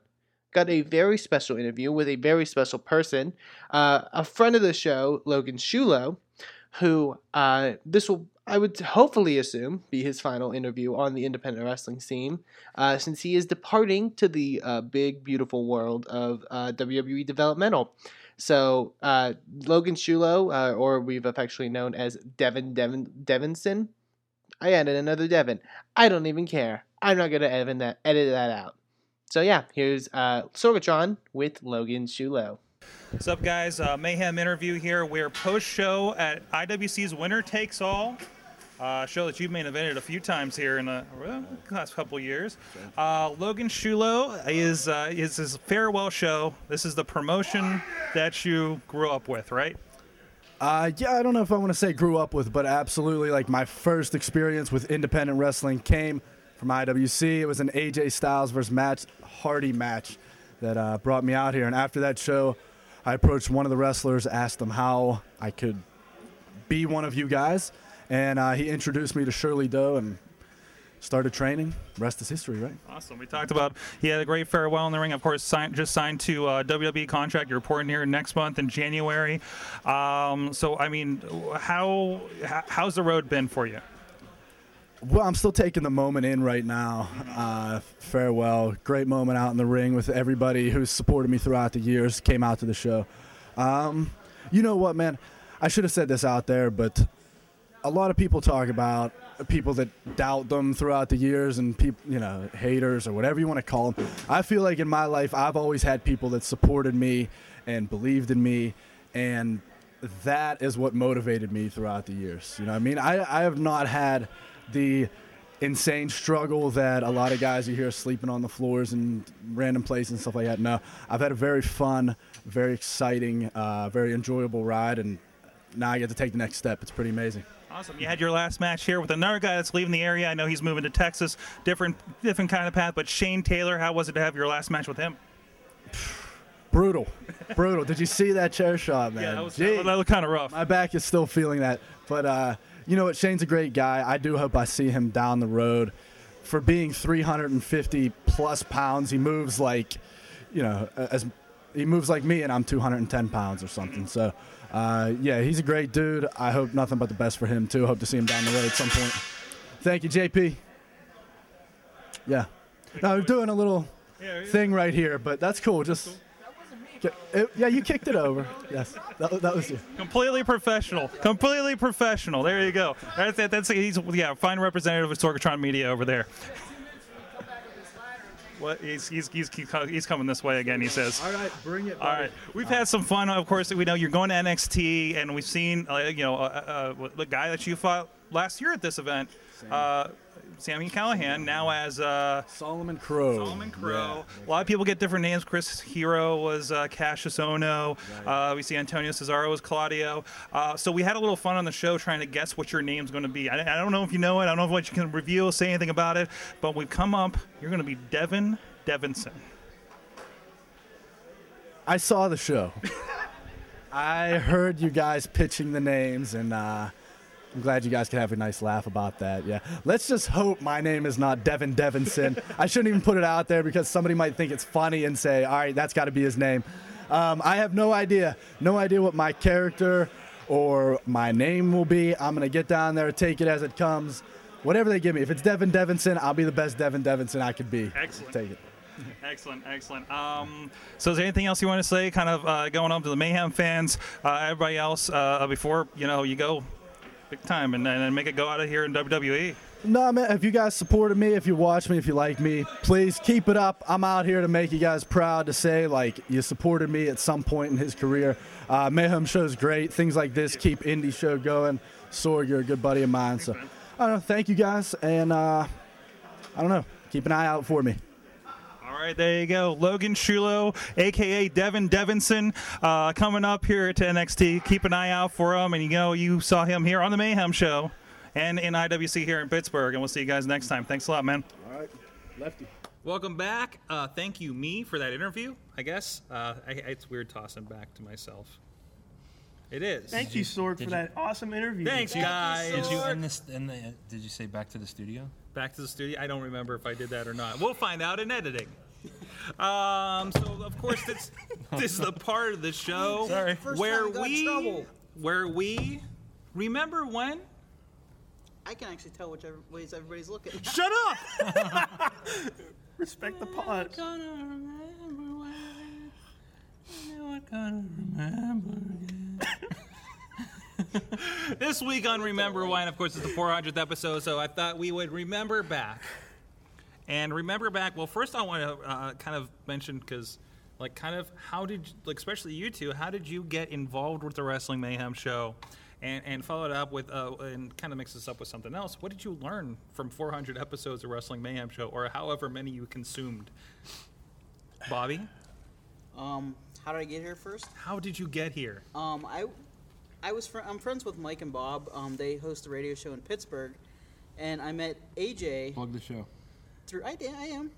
got a very special interview with a very special person, uh, a friend of the show, Logan Shulo, who uh, this will. I would hopefully assume be his final interview on the independent wrestling scene, uh, since he is departing to the uh, big beautiful world of uh, WWE developmental. So uh, Logan Shulo, uh, or we've affectionately known as Devin Devin Devinson. I added another Devin. I don't even care. I'm not gonna edit that edit that out. So yeah, here's uh, Sorgatron with Logan Shulo.
What's up, guys? Uh, Mayhem interview here. We're post show at IWC's Winner Takes All. Uh, show that you've main evented a few times here in the well, last couple years. Uh, Logan Shulo is uh, is his farewell show. This is the promotion that you grew up with, right?
Uh, yeah, I don't know if I want to say grew up with, but absolutely, like my first experience with independent wrestling came from IWC. It was an AJ Styles versus Matt Hardy match that uh, brought me out here. And after that show, I approached one of the wrestlers, asked them how I could be one of you guys, and uh, he introduced me to Shirley Doe and started training. Rest is history, right?
Awesome. We talked about he had a great farewell in the ring. Of course, signed, just signed to uh, WWE contract. You're reporting here next month in January. Um, so, I mean, how h- how's the road been for you?
Well, I'm still taking the moment in right now. Uh, farewell. Great moment out in the ring with everybody who's supported me throughout the years, came out to the show. Um, you know what, man? I should have said this out there, but a lot of people talk about people that doubt them throughout the years and people, you know, haters or whatever you want to call them. I feel like in my life, I've always had people that supported me and believed in me. And that is what motivated me throughout the years. You know what I mean? I, I have not had the insane struggle that a lot of guys you hear sleeping on the floors and random places and stuff like that. No, I've had a very fun, very exciting, uh, very enjoyable ride. And now I get to take the next step. It's pretty amazing.
Awesome. You had your last match here with another guy that's leaving the area. I know he's moving to Texas, different different kind of path. But Shane Taylor, how was it to have your last match with him?
Brutal. Brutal. Did you see that chair shot, man?
Yeah, that was,
Gee.
that looked kind of rough.
My back is still feeling that. But uh, you know what? Shane's a great guy. I do hope I see him down the road. For being 350 plus pounds, he moves like, you know, as he moves like me, and I'm 210 pounds or something. So, uh, yeah, he's a great dude. I hope nothing but the best for him too. Hope to see him down the road at some point. Thank you, JP. Yeah. Now we're doing a little thing right here, but that's cool. Just Yeah, it- yeah, you kicked it over. Yes, that, wa- that was you.
Completely professional. Completely professional. There you go. That's it. That's he's yeah, fine representative of Sorgatron Media over there. What he's he's he's he's coming this way again. He says.
All right, bring it.
All right, we've had some fun. Of course, we know you're going to NXT, and we've seen uh, you know uh, uh, the guy that you fought last year at this event, uh, Sammy Callahan, now as uh,
Solomon Crow.
Solomon Crow. A lot of people get different names. Chris Hero was uh, Cassius Ono. Uh, we see Antonio Cesaro was Claudio. Uh, so we had a little fun on the show trying to guess what your name's going to be. I, I don't know if you know it. I don't know what you can reveal, say anything about it. But we've come up. You're going to be Devin Devinson.
I saw the show. I heard you guys pitching the names, and uh, I'm glad you guys could have a nice laugh about that. Yeah. Let's just hope my name is not Devin Devinson. I shouldn't even put it out there because somebody might think it's funny and say, all right, that's got to be his name. Um, I have no idea. No idea what my character or my name will be. I'm going to get down there, take it as it comes. Whatever they give me. If it's Devin Devinson, I'll be the best Devin Devinson I could be.
Excellent.
Take it.
Excellent, excellent. Um, so, is there anything else you want to say, kind of uh, going on to the Mayhem fans, uh, everybody else, uh, before you know you go big time and, and make it go out of here in E? WWE?
No, man, if you guys supported me, if you watch me, if you like me, please keep it up. I'm out here to make you guys proud to say, like, you supported me at some point in his career. Uh, Mayhem Show's great. Things like this keep Indie Show going. Sorg, you're a good buddy of mine. So, I don't know. Thank you guys. And uh, I don't know. Keep an eye out for me.
All right, there you go. Logan Shulo, aka Devin Devinson, uh, coming up here to NXT. Keep an eye out for him, and you know you saw him here on the Mayhem Show, and in IWC here in Pittsburgh. And we'll see you guys next time. Thanks a lot, man.
Lefty.
Welcome back. Uh, thank you, me, for that interview. I guess uh, I, it's weird tossing back to myself. It is.
Thank you, Sorg, for
did you-
that awesome interview.
Thanks, guys.
Did you end this? In the, did you say back to the studio?
back to the studio. I don't remember if I did that or not. We'll find out in editing. Um, so of course this this is the part of the show
Sorry.
First
where
time got in
we
trouble.
where we remember when
I can actually tell which ev- ways everybody's looking.
shut up
Respect the pause.
this week on Remember Wine, of course, is the 400th episode, so I thought we would remember back. And remember back. Well, first I want to uh, kind of mention because, like, kind of how did, like, especially you two, how did you get involved with the Wrestling Mayhem show, and and follow it up with, uh, and kind of mix this up with something else? What did you learn from 400 episodes of Wrestling Mayhem show, or however many you consumed? Bobby,
Um, how did I get here first?
how did you get here?
Um, I, I was fr- I'm friends with Mike and Bob. Um, they host a radio show in Pittsburgh, and I met AJ
Plug the show.
through. I, did- I am.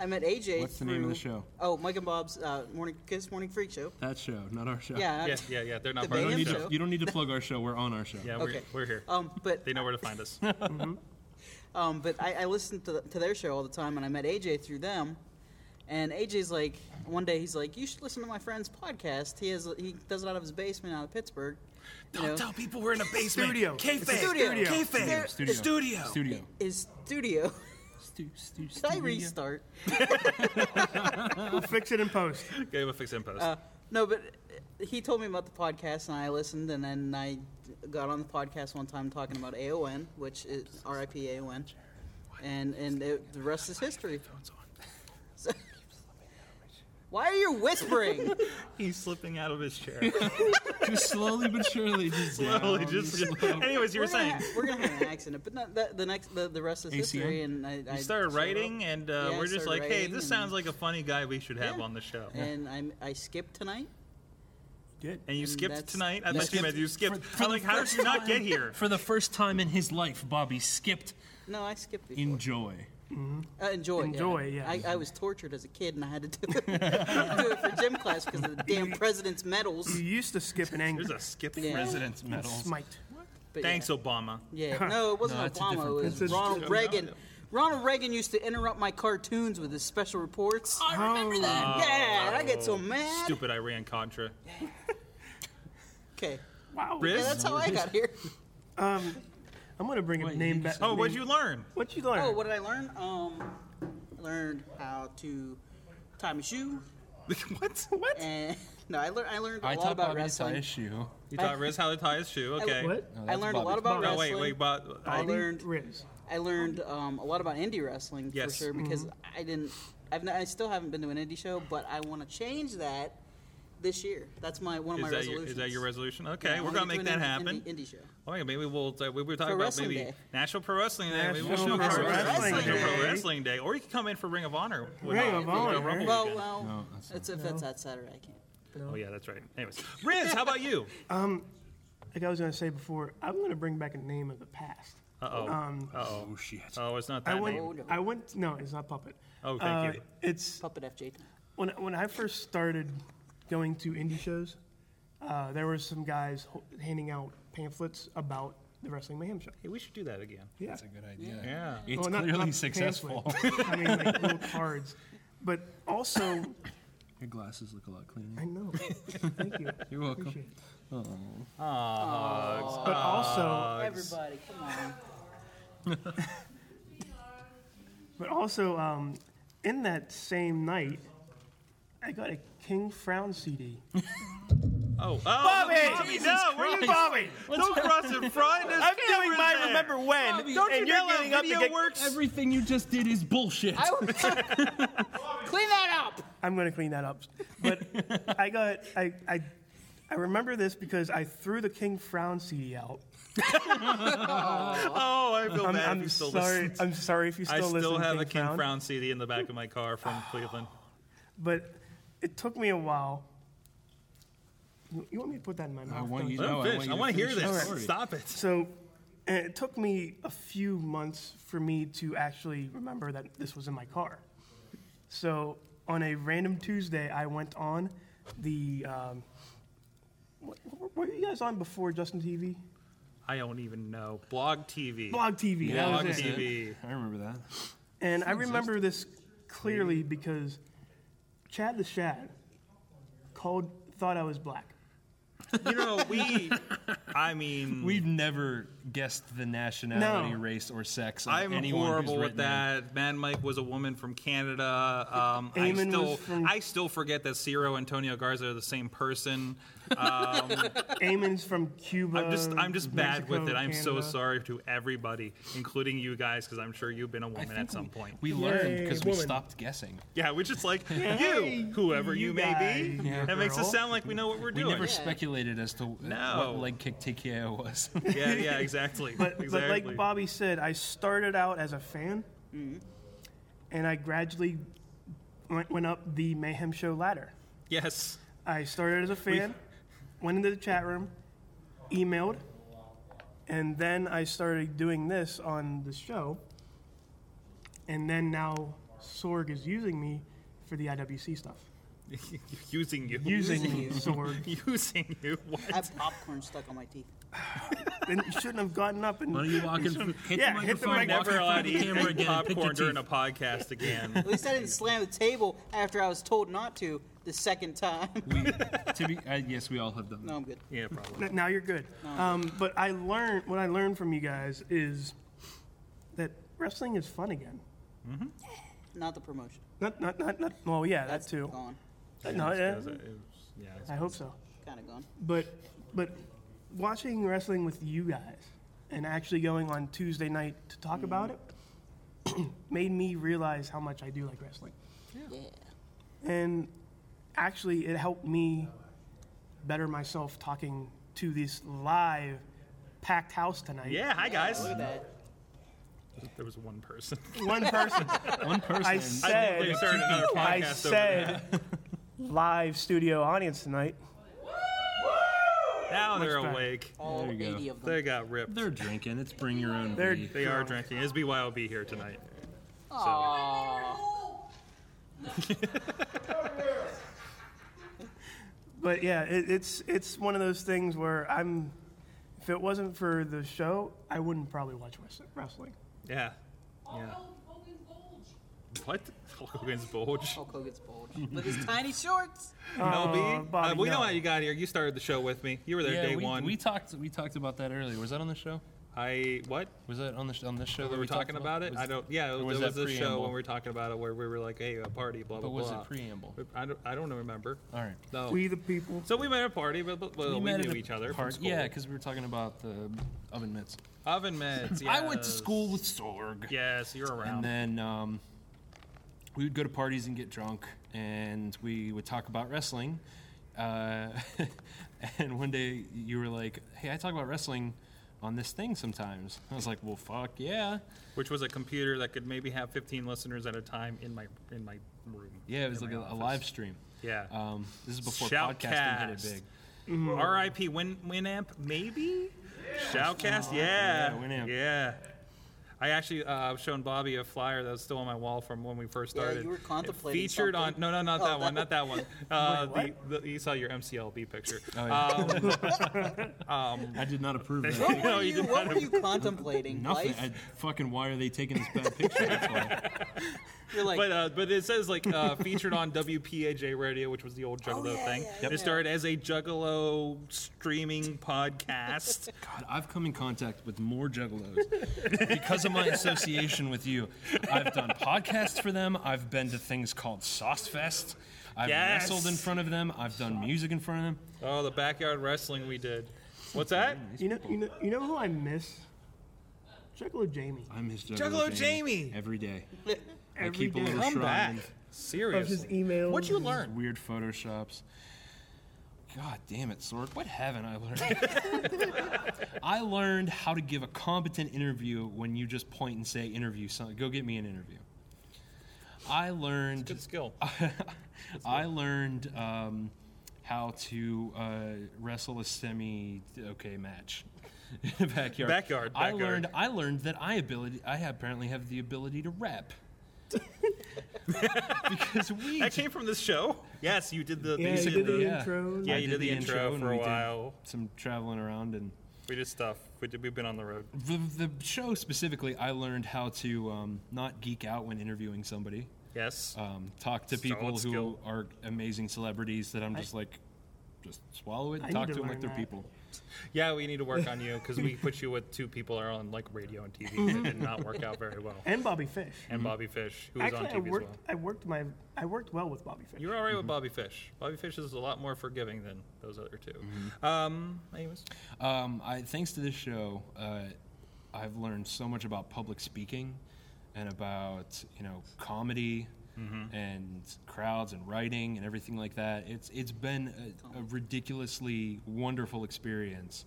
I met AJ.
What's the name of the
through-
show?
Oh, Mike and Bob's uh, morning kiss morning freak show.
That show, not our show.
Yeah.
Yeah, yeah, yeah. They're not
The
part
You
of
don't,
the
Mayhem
need
show.
to, you don't need to plug our show. We're on our show.
Yeah,
Okay.
we're, we're here.
Um, but
They know where to find us.
Um, but I, I listened to, to their show all the time, and I met AJ through them. And AJ's like, one day he's like, "You should listen to my friend's podcast. He has he does it out of his basement out of Pittsburgh." You know,
people we're in a basement.
Studio. It's a
Kayfabe.
studio.
Kayfabe.
There-
Studio.
Studio.
Studio.
His studio.
Stu, stu,
Did I
studio.
restart?
We'll fix it in post.
Game of fix and post.
No, but uh, he told me about the podcast, and I listened, and then I got on the podcast one time talking about AON, which is RIP AON, and and it, the rest is history. So- Why are you whispering?
He's slipping out of his chair.
Just slowly but surely. Just
Slowly,
down,
just-
slow.
anyways, you were
we're, gonna
saying
ha- we're gonna have an accident, but not that, the next the, the rest is history. And I, I
you started
showed
writing,
up,
and uh,
Yeah, I
we're just
started
like, hey,
writing
this
and-
sounds like a funny guy we should have
Yeah.
on the show.
and I'm I skipped tonight.
Good.
And you skipped
that's-
tonight. I
that's-
thought you meant you skipped.
For- for
I'm
the
like, how did
first
you not
time-
get here?
For the first time in his life, Bobby skipped
No, I skipped before.
Enjoy.
uh, enjoy.
Enjoy, yeah.
I, I was tortured as a kid, and I had to do it, do it for gym class because of the damn president's medals.
You used to skip an
There's
anger.
a skipping
Yeah.
residence medal.
Smite.
But
Thanks,
Yeah.
Obama.
yeah. No, it wasn't
No, that's a
Obama.
different
It was
president.
Ronald Reagan. Ronald Reagan used to interrupt my cartoons with his special reports.
I remember that.
yeah, and I get so mad.
Oh, Stupid Iran Contra.
Okay,
Wow.
yeah, that's how I got here.
I'm gonna bring a
Wait,
name
you
back.
just-
Oh,
name-
what'd you learn?
What'd you learn?
Oh, what did I learn? Um, I learned how to tie my shoe.
what? What?
And no, I, lear- I learned a
I
lot
taught
about
Bobby to tie
wrestling.
his shoe.
You taught Riz how to tie his shoe. Okay.
What?
I learned a lot about
No,
wrestling.
wait, wait, but uh,
I
I,
learned
Riz.
I learned um, a lot about indie wrestling
Yes.
for sure because I didn't. I've not, I still haven't been to an indie show, but I want to change that this year. That's my one of my
is that, your,
resolutions.
is that your resolution?
Yeah,
Okay,
I
we're
wanna
gonna make
do an
that
indie-
happen.
Indie, indie show.
Oh, yeah, maybe we'll. Uh, we were talking
Pro
about
Wrestling
maybe
Day.
National Pro Wrestling Day. Maybe we'll
National
do
Pro
Wrestling
National Pro
Day.
Wrestling Day, or you could come in for Ring of Honor. when-
Ring of
Royal
Honor.
Rumble
Well,
weekend.
well, it's if it's that Saturday, I can't.
Oh yeah, that's right. Anyways, Riz, how about you?
Like I was gonna say before, I'm gonna bring back a name of the past.
Uh oh. uh oh.
Oh shit!
Oh, it's not
I uh,
that
went.
name.
I went. No, it's not puppet.
Oh, thank you.
It's
Puppet FJ time.
when when I first started going to indie shows, uh, there were some guys ho- handing out pamphlets about the Wrestling Mayhem show.
Hey, we should do that again.
Yeah,
Good idea.
Yeah.
It's
Well, not-
clearly
not
successful.
pamphlet. I mean, like little cards. But also,
Your glasses look a lot
I
cleaner.
know. Thank you.
You're welcome.
Appreciate it. But also,
Everybody, come on.
but also, um, in that same night, I got a King Frown CD.
Oh, oh Bobby! Bobby,
Jesus
no, Oh, where are you,
Christ.
Bobby? Don't cross in front. There's
I'm doing
cameras
my
there.
remember when,
Bobby,
don't
And
you
you're
are
getting
getting up to get
works.
Everything you just did is bullshit.
I would- Clean that up.
I'm gonna clean that up. But I got I, I I remember this because I threw the King Frown CD out.
oh, I feel
I'm,
bad. if
I'm
you still
sorry.
listen.
I'm sorry if you still
I
listen.
still
to
have a
King
King
Frown,
Frown. CD in the back of my car from Cleveland.
But it took me a while. You, you want me to put that in my mouth?
I want
don't
you.
Let him
No,
finish. I
I
want to hear
finish the
this.
story.
Stop it.
So and it took me a few months for me to actually remember that this was in my car. So on a random Tuesday, I went on the. Um, what, what were you guys on before Justin TV?
I don't even know. Blog TV.
Blog TV. that
Blog
was it.
TV.
I remember that.
And I remember this clearly because Chad the Shad called, thought I was black.
You know, we. I mean,
We've never guessed the nationality,
No.
race, or sex of
I'm
anyone
horrible
who's
with
written in.
that. Man, Mike was a woman from Canada. Um, I
Eamon
still,
was from-
I still forget that Ciro and Antonio Garza are the same person.
Eamon's from Cuba.
I'm just, I'm just bad with it.
Uh, Mexico,
I'm so
Canada.
sorry to everybody, including you guys, because I'm sure you've been a woman at some point.
We learned
Yay,
because we
woman.
stopped guessing.
Yeah, we're just like you, whoever you,
you
may
guys,
be.
Yeah.
That makes us
girl.
sound like we know what we're
We
doing.
never speculated as to
No.
what leg kick TKO was.
yeah, yeah, exactly.
But, but
exactly.
like Bobby said, I started out as a fan, and I gradually went, went up the Mayhem Show ladder.
yes.
I started as a fan, went into the chat room, emailed, and then I started doing this on the show. And then now Sorg is using me for the IWC stuff.
Using you.
Using me, Sorg.
Using you. What?
I have popcorn stuck on my teeth.
Then you shouldn't have gotten up and
Why don't you walk in, through- hit
Yeah,
the
hit the
microphone,
mic-
walk
Never
in
allowed
front
to
of the
eat
camera again, and pick
popcorn
your
during
teeth.
a podcast again.
At least I didn't slam the table after I was told not to the second time.
We- to be, uh, yes, we all have done.
no, I'm good.
yeah, probably.
N- now you're good. Um, but I learned what I learned from you guys is that wrestling is fun again.
Not the promotion.
Not, not, not, not. Well, yeah, that
That's
too.
gone.
No, yeah,
Yeah.
I hope so.
Kind of gone.
But but watching wrestling with you guys and actually going on Tuesday night to talk about it made me realize how much I do like wrestling.
Yeah.
And actually it helped me better myself talking to this live packed house tonight.
Yeah, hi guys.
Look at that.
There was one person.
One person
One person.
I
They
said
started another podcast
I
over
said live studio audience tonight.
there. Now they're
better.
awake.
All
you go.
80 of them.
They got ripped.
They're drinking. It's bring your own.
They're-
weed.
They are drinking. It's BYOB here tonight.
Aww.
But yeah, it, it's it's one of those things where I'm. If it wasn't for the show, I wouldn't probably watch wrest- wrestling.
Yeah. Yeah. What? Hulk Hogan's bulge.
Hulk Hogan's bulge. With his tiny shorts.
LB?
Bobby,
Uh, we know
no.
how you got here. You started the show with me. You were there
Oh, Yeah,
day
we,
one.
we talked. We talked about that earlier. Was that on the show?
I what?
Was that on the sh- on this show
We
that
were
talked
talking about it.
Was-
I don't. Yeah,
or
it was, there was
that
this show
preamble?
when we were talking about it where we were like, "Hey, a party, blah blah
But was
blah."
it preamble?
I don't. I don't remember.
All right.
No.
We the people.
so we met at a party, but, but well, we
met at
knew
a
each other. from
part-
school.
yeah, because we were talking about the oven mitts.
Oven mitts.
I went to
yes.
school with Sorg.
Yes, you're
And
around.
then um, we would go to parties and get drunk, and we would talk about wrestling. Uh, and one day you were like, "Hey, I talk about wrestling on this thing sometimes." I was like, "Well, fuck yeah,
Which was a computer that could maybe have 15 listeners at a time in my in my room.
yeah." It was
in
like
my
a, a
office.
live stream.
Yeah.
Um, this is before podcasting hit it
Shoutcast.
big.
Mm-hmm.
R.I.P. Win Winamp, maybe? Shoutcast? yeah.
yeah, Winamp.
Yeah. I actually uh, I was showing Bobby a flyer that was still on my wall from when we first
Yeah,
started.
you were
It
contemplating
Featured
something.
on no no not
Oh,
that one not
that-
that one. Uh, the, the, you saw your MCLB picture.
Oh, yeah.
Um,
I did not approve that.
What were
No, you
you,
did
what
not
were you contemplating?
Nothing.
Life?
I, fucking why are they taking this bad picture? That's why.
You're like,
but uh, but it says like uh, featured on WPAJ Radio, which was the old Juggalo
Oh, yeah,
thing.
yeah,
it
yeah.
started as a Juggalo streaming podcast.
God, I've come in contact with more juggalos because of my association with you. I've done podcasts for them. I've been to things called Sauce Fest. I've
Yes.
wrestled in front of them. I've done music in front of them.
oh, the backyard wrestling we did. What's that?
You know, you know, you know who I miss? Juggalo Jamie.
I'm his juggalo,
Juggalo Jamie.
every day. I
Every
keep a
day.
little
Come
shrine.
Of
Seriously.
his emails.
What'd you
and-
learn?
Weird photoshops. God damn it, Sork. What haven't I learned? I learned how to give a competent interview when you just point and say, interview, son. go get me an interview. I learned
Good skill.
I learned um, how to uh, wrestle a semi okay match in the backyard.
Backyard,
I
backyard.
learned. I learned that I ability. I apparently have the ability to rap. because we
That came from this show. Yes, you did the. you
Yeah, you
did
did the
the-
intros.
Yeah,
I
you did the intro
and
for a
we did
while.
Some traveling around and
We did stuff. We did, we've been on the road.
the, the show specifically. I learned how to um, not geek out when interviewing somebody.
Yes.
Uh.
Um, talk to
Solid
people who
skill.
are amazing celebrities that I'm just like, just swallow it.
I
And
need
talk
to
to them like
learn
they're
that.
people.
yeah, we need to work on you because we put you with two people that are on like radio and TV. and it did not work out very well.
And Bobby Fish.
And Bobby Fish, who was on
Mm-hmm. Actually,
TV
I worked.
as well.
I worked my. I worked well with Bobby Fish.
You're all right with Bobby Fish. Bobby Fish is a lot more forgiving than those other 2
Mm-hmm.
Um, anyways,
Um, I, thanks to this show, uh, I've learned so much about public speaking and about you know comedy and crowds and writing and everything like that. It's it's been a, a ridiculously wonderful experience.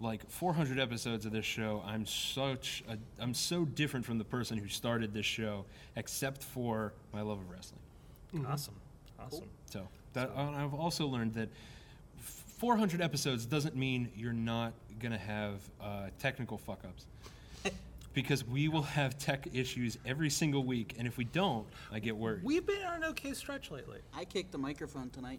Like 400 episodes of this show, I'm such a, I'm so different from the person who started this show, except for my love of wrestling.
Mm-hmm.
awesome, awesome.
So that and I've also learned that 400 episodes doesn't mean you're not gonna have uh, technical fuck ups. Because we will have tech issues every single week, and if we don't, I get worried.
We've been on an okay stretch lately.
I kicked the microphone tonight.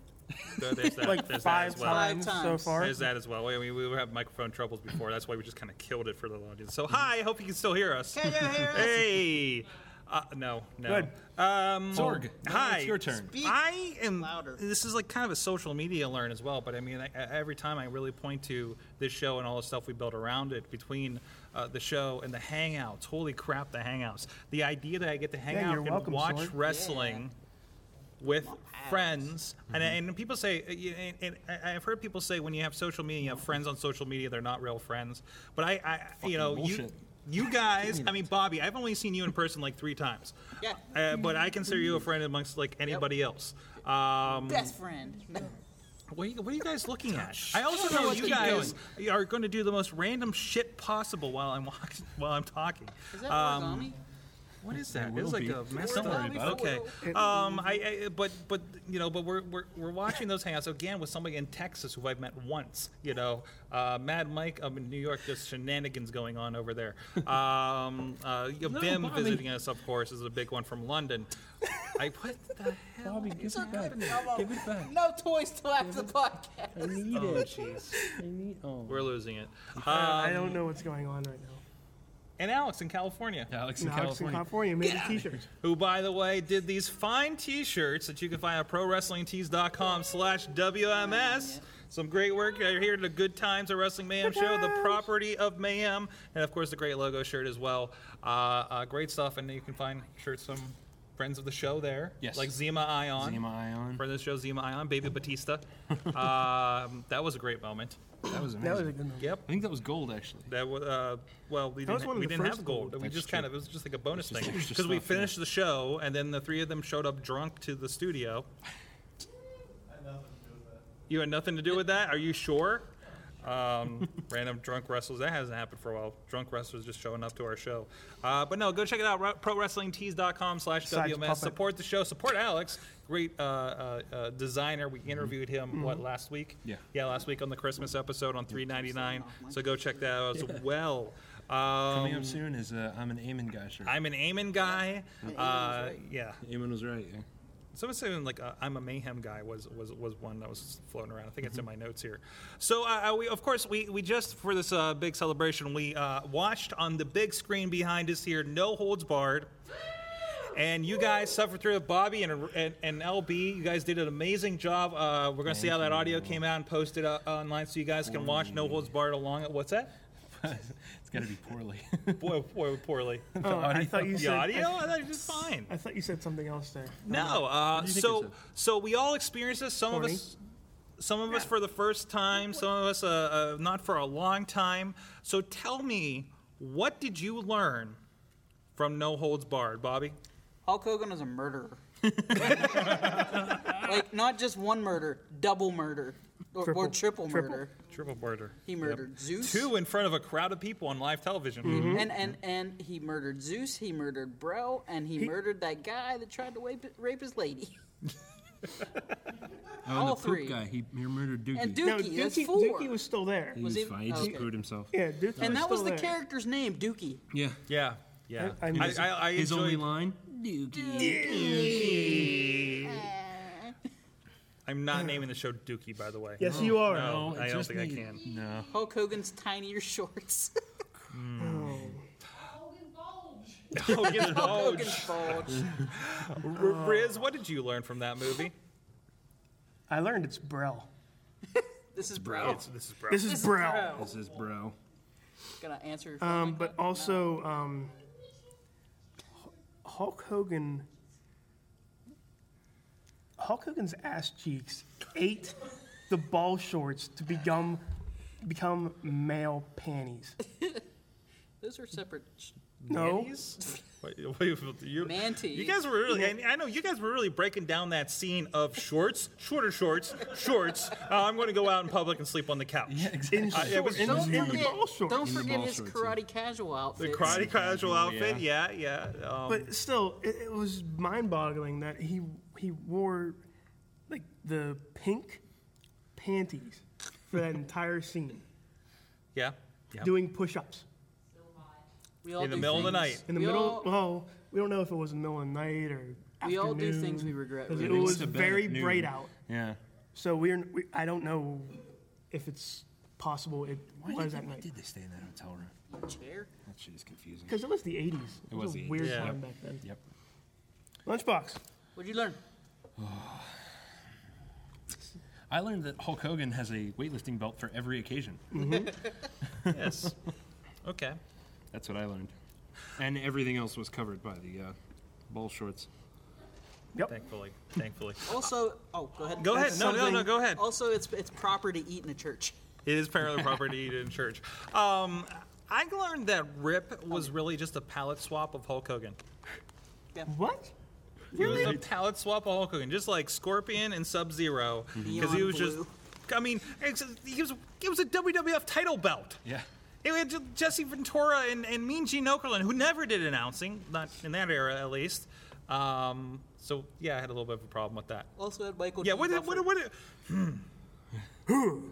So there's that.
like
there's
five
that as well.
times
Five
so
times.
far.
There's that as well. I mean, we were having microphone troubles before. That's why we just kind of killed it for the audience. So, hi. I hope you can still hear us.
Can you hear us?
Hey. Uh, no, no. Um,
Sorg, now
hi.
it's your turn.
Speak
I am.
louder.
This is like kind of a social media learn as well. But I mean, I, I- every time I really point to this show and all the stuff we built around it, between uh, the show and the hangouts. Holy crap, the hangouts! The idea that I get to hang
Yeah,
out
you're
and
welcome,
watch
Sorg.
wrestling with friends. And,
Mm-hmm.
and people say, uh, and, and I- I've heard people say when you have social media, you have friends on social media, they're not real friends. But I, I you know, you,
bullshit.
you guys, I mean, Bobby, I've only seen you in person like three times.
Yeah.
Uh, but I consider you a friend amongst like anybody else. Um,
Best friend.
what, are you, what are you guys looking at? I also
know
know
what's
you
keep
guys are going to do the most random shit possible while I'm walking, while I'm talking.
Is that
Um,
origami?
what is that?
will
It's like
be.
a messed
Don't
up.
worry about
okay.
it.
Um, I, I but but you know, but we're, we're we're watching those hangouts again with somebody in Texas who I've met once. You know, uh, Mad Mike up in New York. There's shenanigans going on over there. Um, uh, you know, Bim
Bobby.
visiting us, of course, is a big one from London. I what the hell? Bobby, give it back.
Give it back.
No toys till after the podcast.
I need
Oh, jeez,
I need. Oh.
we're losing it.
Uh,
Uh, um,
I don't know what's going on right now.
and Alex in California,
Alex in
Alex in
California.
California made the t-shirts.
who, by the way, did these fine T-shirts that you can find at ProWrestlingTees.com/slash WMS. Some great work. You're here at the Good Times of Wrestling Mayhem show, the property of Mayhem, and of course the great logo shirt as well. Uh, uh, great stuff, and you can find shirts from friends of the show there,
Yes.
like Zima Ion.
Zima Ion.
Friend of the show, Zima Ion, Baby Batista. um, that was a great moment.
That was amazing.
That was a good number.
Yep.
I think that was gold, actually.
That was uh, well, we didn't,
was one of
we
the
didn't
first
have gold. We
That's
just
true.
kind of it was just like a bonus
just
thing
extra
because we
stuff, yeah.
finished the show and then the three of them showed up drunk to the studio. You had nothing to do with that. Are you sure? Um, random drunk wrestlers. That hasn't happened for a while. Drunk wrestlers just showing up to our show. Uh, but no, go check it out. Ru- ProWrestlingTees.com slash
Besides
WMS.
puppet.
Support the show. Support Alex. Great uh, uh, uh, designer. We interviewed him,
Mm-hmm.
what, last week?
Yeah.
Yeah, last week on the Christmas episode on 399. So go check that out as well.
Coming
Um,
up soon is uh, I'm an Amon guy shirt.
I'm an Aemon guy. Uh, yeah.
Amon was right. Yeah.
Someone saying like uh, I'm a mayhem guy was, was was one that was floating around. I think it's in my notes here. So uh, uh, we of course we, we just for this uh, big celebration we uh, watched on the big screen behind us here, No Holds Barred. And you guys suffered through it. Bobby and, and, and LB, you guys did an amazing job. Uh, we're going to see how that audio came out and posted uh, online so you guys can watch No Holds Barred along. What's that?
it's got to be poorly.
Boy, boy, poorly. the
Oh, I thought you said
audio?
I,
I thought it was fine.
I thought you said something else there.
No. Uh,
you think
so
yourself?
so we all experienced this. Some
Corny.
of us, some of us for the first time. Some of us uh, uh, not for a long time. So tell me, what did you learn from No Holds Barred, Bobby?
Hulk Hogan is a murderer. like not just one murder, double murder, or, or
Triple-
triple,
triple.
murder.
Triple murder.
He murdered Zeus.
Two in front of a crowd of people on live television.
Mm-hmm.
And, and and he murdered Zeus. He murdered Bro, and he, murdered that guy that tried to rape, rape his lady.
Oh, and
All
the
three.
poop guy. He, he murdered Dookie.
And Dookie,
No,
that's
Dookie,
four.
Dookie was still there.
he was,
was he-
fine. He just
okay.
pooed himself.
Yeah, Dookie
and that was
still
the
there.
character's name, Dookie.
Yeah.
Yeah. Yeah.
I- I miss-
I, I
His only
enjoyed-
line. Dookie.
I'm not naming the show Dookie, by the way.
Yes, you are.
No,
it
I don't
just
think I
need-
can.
No.
Hulk Hogan's tinier shorts.
Hogan's
Hulk
Oh,
Bulge.
Hogan's bulge.
R- Oh, Riz, what did you learn from that movie?
I learned it's Brell.
This is Bro.
It's- this is bro.
This is Brell.
This is bro.
Gonna answer. for
Um,
me.
but also, um, Hulk Hogan. Hulk Hogan's ass cheeks ate the ball shorts to become become male panties.
those are separate. sh-
No,
Mantees? Wait, wait, you,
Mantees.
You guys were really, and I know you guys were really breaking down that scene of shorts, shorter shorts, shorts. Uh, I'm going to go out in public and sleep on the couch.
in,
Uh, it was
short- in,
just-
in the
Forget-
ball shorts.
Don't
In the
forget
ball
his
shorts,
karate casual
The
outfit.
karate casual outfit, yeah, yeah. Um,
But still, it, it was mind-boggling that he he wore like the pink panties for that entire scene,
yeah, yeah.
doing push-ups
We all
In the
do
middle of the
things-
night.
in the
we
middle.
all-
well, we don't know if it was in the middle of the night or.
We all do
afternoon,
things we regret
'cause It
doing.
was
It's a bed
very
at noon.
bright out,
Yeah.
so we're. We, I don't know if it's possible. It was at night
Did they stay in that hotel room?
chair.
That shit is confusing.
because it was the 80s. It,
was
was,
the
a weird
80s. Yeah.
time back then.
Yep.
Lunchbox.
What'd you learn?
I learned that Hulk Hogan has a weightlifting belt for every occasion.
yes. Okay.
That's what I learned. And everything else was covered by the uh, ball shorts.
Thankfully, thankfully.
Also, oh, go ahead.
Go ahead. No, no, no.
something-
Go ahead.
Also, it's it's proper to eat in a church.
It is apparently proper to eat in church. Um, I learned that Rip was really just a palette swap of Hulk Hogan.
What?
It was a palette swap of Hulk Hogan, just like Scorpion and Sub Zero,
Mm-hmm.
because he
Neon
was just.
blue.
I mean, it's- he was it was a WWF title belt.
Yeah.
It had Jesse Ventura and, and Mean Gene Okerlund, who never did announcing, not in that era at least. Um, so yeah, I had a little bit of a problem with that.
Also, had Michael.
Yeah,
G.
what did-
Buffer.
what did- what did-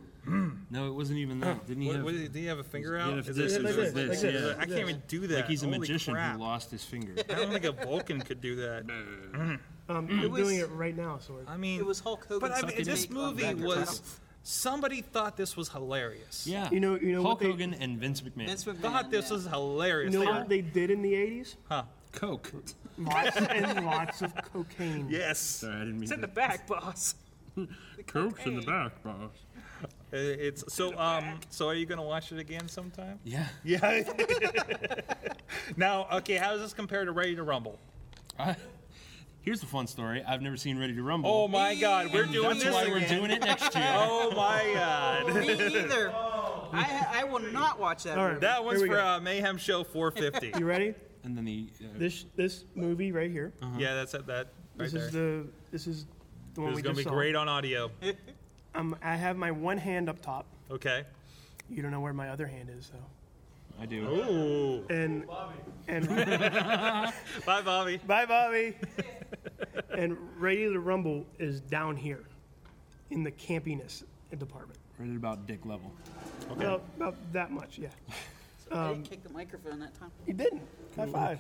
No, it wasn't even that. Didn't he
what,
have?
what did, did he have a finger
he
out?
had
Is
this,
it-
it
is
was
it-
this,
is it-
yeah.
I can't even do that.
like he's a
Holy
magician
crap.
who lost his finger.
I don't think a Vulcan could do that.
Um, I'm doing
was-
it right now, so we're-
I mean,
It was Hulk Hogan.
But I mean,
something
this
big on
movie
Dr.
was Somebody thought this was hilarious.
Yeah.
You know- you know
Hulk
what they-
Hogan and Vince McMahon.
Vince McMahon.
Thought this
yeah.
was hilarious.
You know
They
what
were-
they did in the 80s?
huh.
Coke.
Lots and lots of cocaine.
Yes.
Sorry, I didn't mean
It's in the
that.
back, boss.
Coke's in the back, boss.
Uh, It's so um so are you gonna watch it again sometime?
Yeah.
Yeah. now, okay, how does this compare to Ready to Rumble?
I- here's a fun story. I've never seen Ready to Rumble.
Oh my god, we're doing
That's
this
why we're
again.
doing it next year.
Oh my god.
Me either. I I will not watch that.
All right.
movie.
That one's
Here we
for
go. Uh-huh.
uh, Mayhem Show 450.
You ready?
And then the uh,
This this movie right here.
yeah, that's it, that Uh-huh. right
this
there.
is the this is the one
this is
we
gonna
just
be
saw.
great on audio.
Um, I have my one hand up top.
Okay.
You don't know where my other hand is though.
I do.
Ooh.
And and
Bye, Bobby.
bye Bobby. and Ready to Rumble is down here, in the campiness department.
Right at about dick level.
About, about that much, yeah.
I didn't kick the microphone that time.
You didn't. High five.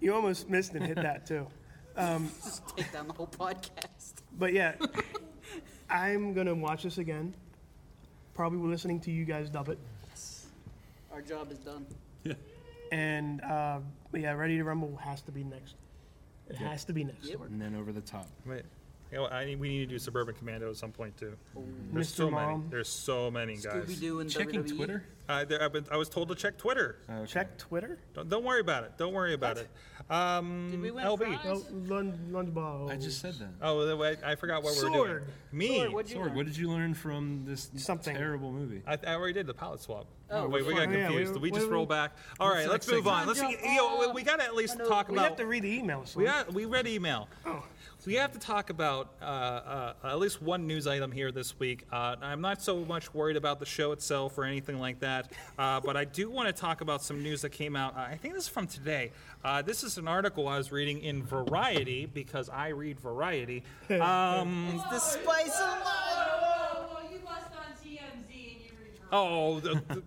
You almost missed and hit that too.
Take down the whole podcast.
But yeah, I'm gonna watch this again. Probably listening to you guys dub it.
Our job is done.
And uh, but yeah, Ready to Rumble has to be next. It has to be next.
Yep.
And then over the top.
Wait. You know, I need, we need to do Suburban Commando at some point too. There's
Mr.
so many.
Mom.
There's so many
Scooby
guys.
Doo and
Checking
WWE.
Twitter.
Uh, there, I've been, I was told to check Twitter.
Check Twitter.
Don't, don't worry about it. Don't worry about it. Um,
Did we win
LB.
fries?
Oh, Lund, Lundball.
I just said that.
Oh, the way- I forgot what we we're doing.
Sword.
Me.
Sword, what'd you
Sorg,
learn?
what did you learn from this
Something.
terrible movie?
I, I already did the palette swap.
Oh,
wait, we got
Oh, yeah,
confused. we,
we-
just
we-
roll back. All right, let's
next
move on. Let's
segment?
see. You know, we, we got to at least
I know.
talk
We
about.
have to read the email. So
we, got, we read email. We have to talk about uh, uh, at least one news item here this week. Uh, I'm not so much worried about the show itself or anything like that, uh, but I do want to talk about some news that came out. Uh, I think this is from today. Uh, this is an article I was reading in Variety because I read Variety.
It's the spice of life.
you bust on TMZ and you reverse.
Oh, the, the,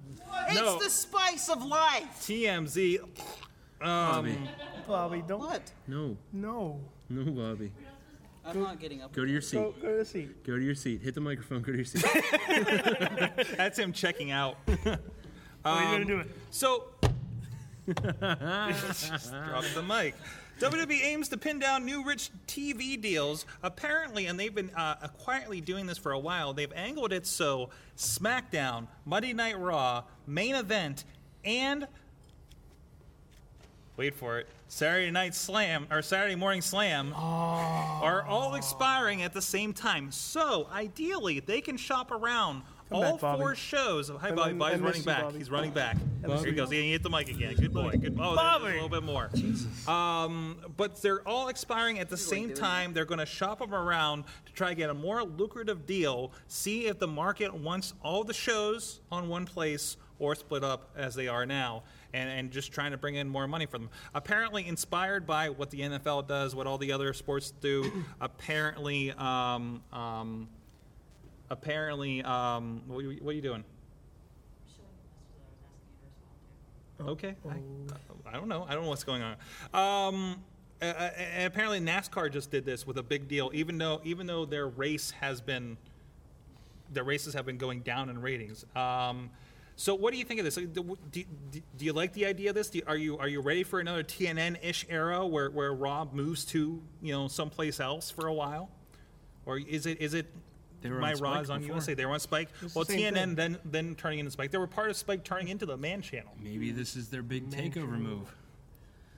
no.
It's the spice of life.
TMZ.
Bobby.
Bobby, don't.
What?
No.
No.
No, Bobby.
I'm not getting up.
Go to your seat.
Go, go to the seat.
Go to your seat. Hit the microphone. Go to your seat.
That's him checking out.
What are you gonna do it?
So, drop the mic. WWE E aims to pin down new rich TV deals. Apparently, and they've been uh, quietly doing this for a while, they've angled it so SmackDown, Monday Night Raw, main event, and wait for it, Saturday Night Slam or Saturday Morning Slam are all expiring at the same time. So, ideally, they can shop around all
back, Bobby.
four shows. Hi,
I-
Bobby.
I- I
Bobby's
miss
running
you,
back.
Bobby.
He's running back. There he goes. He hit the mic again. Good boy. Good. Oh, Bobby. a little bit more. Um, but they're all expiring at the same time. They're going to shop them around to try to get a more lucrative deal. See if the market wants all the shows on one place or split up as they are now. And, and just trying to bring in more money for them. Apparently, inspired by what the NFL does, what all the other sports do. apparently, um, um, apparently, um, what, you- what are you doing? Okay. I, I don't know. I don't know what's going on. Um, uh, uh, and apparently NASCAR just did this with a big deal, even though even though their race has been their races have been going down in ratings. Um, so what do you think of this? Like, Do, do, do- do you like the idea of this? Do, are you are you ready for another TNN-ish era where where Rob moves to you know someplace else for a while, or is it is it
They were
my
on
Raw
Spike
is on
before.
USA? They were on Spike. well,
the
TNN
same thing.
then then turning into Spike. They were part of Spike turning into the Man Channel.
Maybe this is their big takeover move.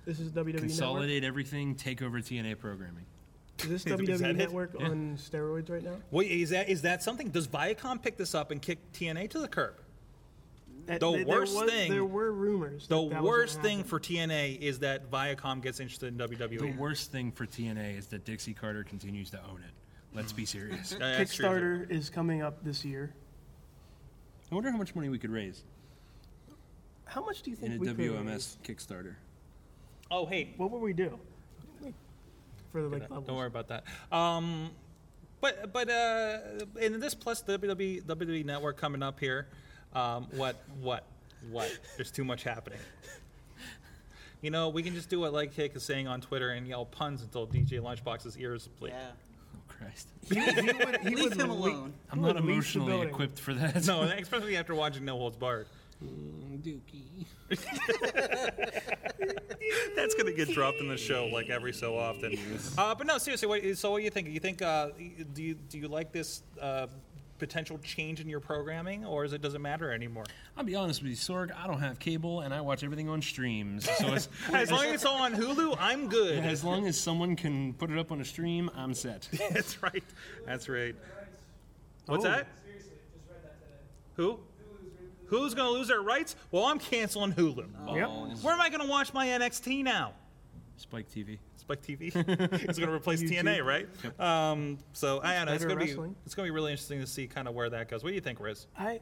This is WWE Network.
Consolidate everything. Take over TNA programming.
Is this
that
WWE
it?
Network on steroids right now?
Wait, is that is that something? Does Viacom pick this up and kick TNA to the curb?
That-
The
there-
worst
there was,
thing-
There were rumors.
The
that that was gonna
worst thing
happen.
for TNA is that Viacom gets interested in E. WWE.
Oh,
The worst thing for TNA is that Dixie Carter continues to own it. Let's be serious.
Yeah, that's true.
Kickstarter is coming up this year.
I wonder how much money we could raise
How much do you
in
think
a
we could
WMS
raise?
Kickstarter.
Oh, hey,
What would we do? For the like levels.
don't worry about that. Um, but but uh, in this plus E, WWE WWE Network coming up here, um, what what what? There's too much happening. You know, we can just do what like Hick is saying on Twitter and yell puns until DJ Lunchbox's ears bleed.
Yeah.
Christ.
He would, he
Leave
would
him
le-
alone.
I'm
he
not
would leave the
emotionally
building.
equipped for that.
No, especially after watching No Holds Barred.
Mm, Dookie.
That's gonna get dropped in the show like every so often. Uh, but no, seriously. What, so, what do you think? You think uh, do you do you like this uh, potential change in your programming, or is it doesn't matter anymore?
I'll be honest with you, Sorg. I don't have cable, and I watch everything on streams. So as,
As long as it's all on Hulu, I'm good.
as long as someone can put it up on a stream, I'm set.
That's right. That's right. What's
Oh.
that? Who? Who's gonna lose their rights? Well, I'm canceling Hulu.
Oh.
Yep.
Where am I gonna watch my NXT now?
Spike TV.
Spike TV. it's going to replace TNA, right? Um, so I don't know. It's
better
going to be
wrestling.
it's going to be really interesting to see kind of where that goes. What do you think, Riz?
I,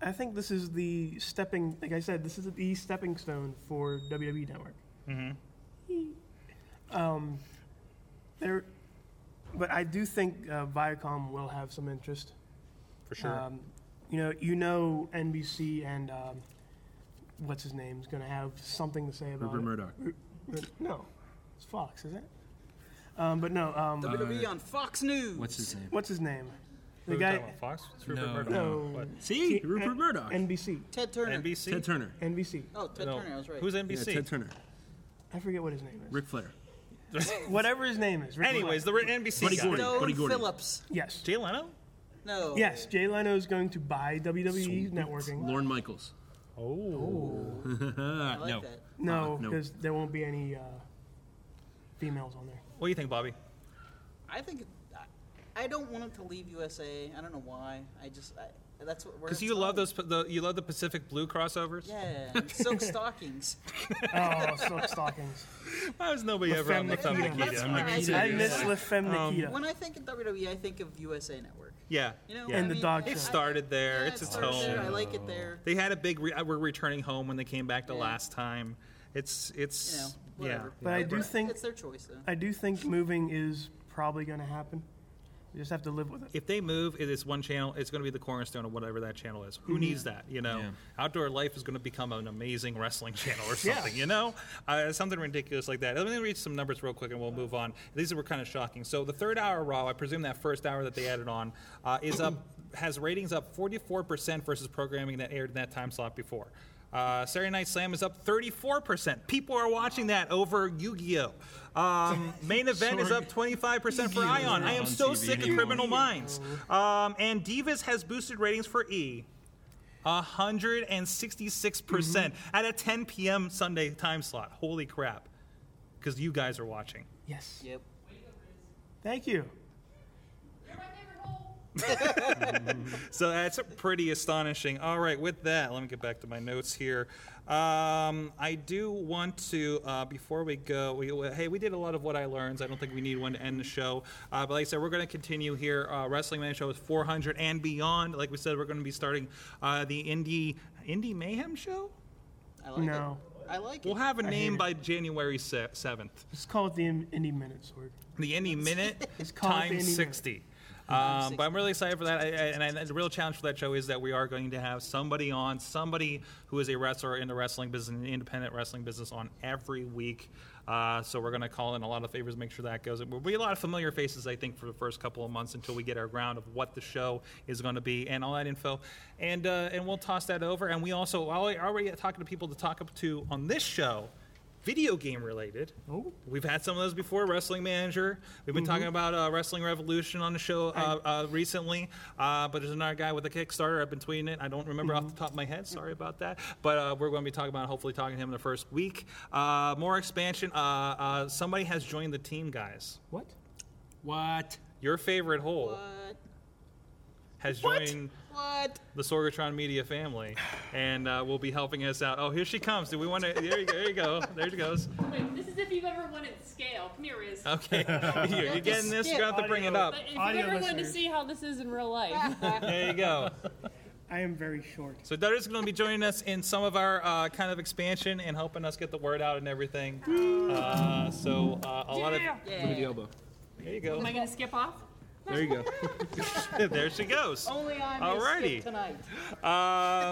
I think this is the stepping. Like I said, this is the stepping stone for WWE Network. Mm-hmm. Um, there, but I do think uh, Viacom will have some interest.
For sure.
Um, you know, you know, NBC and um, what's his name is going to have something to say about
Rupert
it.
Murdoch.
No, it's Fox, is it? Um, but no. Um,
WWE on Fox News.
What's his name?
what's his name?
Who
The
are we talking
guy.
about, Fox? It's Rupert
No,
Murdoch.
no.
What?
See, Rupert Murdoch.
NBC.
Ted Turner.
NBC.
Ted Turner.
NBC.
Oh, Ted
No.
Turner. I was right.
Who's
Yeah,
NBC?
Ted Turner.
I forget what his name is.
Ric Flair.
Whatever his name is. Rick
Anyways, the written NBC
Buddy
guy.
Gordon. Buddy
Stone
Gordon.
Phillips.
Yes.
Jay Leno.
No.
Yes, Jay Leno is going to buy WWE networking.
Lorne Michaels. Oh.
I like
no.
that.
No,
Uh, no.
because there won't be any uh, females on there.
What do you think, Bobby?
I think I- I don't want him to leave USA. I don't know why. I just I, that's what we're.
Because you love those the, you love the Pacific Blue crossovers.
Yeah, and silk stockings.
Oh, silk stockings.
Why was nobody ever on the
Femme
Thumb
Nikita.
Nikita?
That's what I
I
do.
miss La Femme Nikita.
When I think of WWE, I think of USA Network.
Yeah.
You know,
yeah.
And
I
the
mean,
dog
I-
show.
It
I-
started there.
yeah,
it's
it
its
started
home.
there. I like it there.
They had a big. Re- uh, we're returning home when they came back the
Yeah.
last time. It's
You know,
it's yeah.
whatever.
But I do
Whatever.
think-
it's their choice though.
I do think moving is probably going to happen. You just have to live with it.
if they move it is one channel it's going to be the cornerstone of whatever that channel is
Mm-hmm.
who needs that you know outdoor life is going to become an amazing wrestling channel or something you know uh, something ridiculous like that let me read some numbers real quick and we'll move on these were kind of shocking so the third hour raw i presume that first hour that they added on uh, is up has ratings up 44% versus programming that aired in that time slot before uh, Saturday Night Slam is up 34%. People are watching that over Yu Gi Oh! Um, main event is up 25% for
Yu-Gi-Oh!
Ion. I am
on
so
TV
sick of
anymore.
Criminal Minds. Um, and Divas has boosted ratings for E. 166% percent at a 10 p.m. Sunday time slot. Holy crap. Because you guys are watching.
Yes.
Yep.
Thank you.
You're my favorite hole.
So that's pretty astonishing. All right, with that, let me get back to my notes here. Um, I do want to, uh, before we go, we, we- hey, we did a lot of what I learned. I don't think we need one to end the show. Uh, but like I said, we're going to continue here. Uh, Wrestling Man Show is 400 and beyond. Like we said, we're going to be starting uh, the Indie Indie Mayhem Show.
I like
No.
it. I like it.
We'll have a name
it.
by January se- 7th.
Just call it the in- Indie Minute Sword.
The Indie Minute
call it the Indie
times
Minute.
60. Um, but I'm really excited for that, I, I, and I, the real challenge for that show is that we are going to have somebody on, somebody who is a wrestler in the wrestling business, in the independent wrestling business, on every week. Uh, so we're going to call in a lot of favors, make sure that goes. It will be a lot of familiar faces, I think, for the first couple of months until we get our ground of what the show is going to be and all that info, and uh, and we'll toss that over. And we also I already- I already talking to people to talk up to on this show video game related. We've had some of those before. Wrestling Manager. We've been
Mm-hmm.
talking about uh, Wrestling Revolution on the show uh, uh, recently. Uh, but there's another guy with a Kickstarter. I've been tweeting it. I don't remember off
Mm-hmm.
the top of my head. Sorry about that. But uh, we're going to be talking about hopefully talking to him in the first week. Uh, more expansion. Uh, uh, somebody has joined the team, guys.
What?
What?
Your favorite hole
What?
has
What?
joined
What?
the Sorgatron Media family, and uh, will be helping us out. Oh, here she comes. Do we want to? There you go. There you go. There she goes.
Wait, this is if you've ever won at scale. Come here, Riz.
Okay, Here, you're getting this. You're gonna have to bring it up.
But if you've
Audio
ever wanted to
listeners.
see how this is in real life,
There you go.
I am very short.
So Dutter's going to be joining us in some of our uh, kind of expansion and helping us get the word out and everything. Uh, so uh, a lot of
Yeah.
Yeah.
elbow.
there you go.
am I gonna skip off?
There you go. there she goes.
Only I'm
Alrighty. Mm-hmm.
Alrighty. tonight.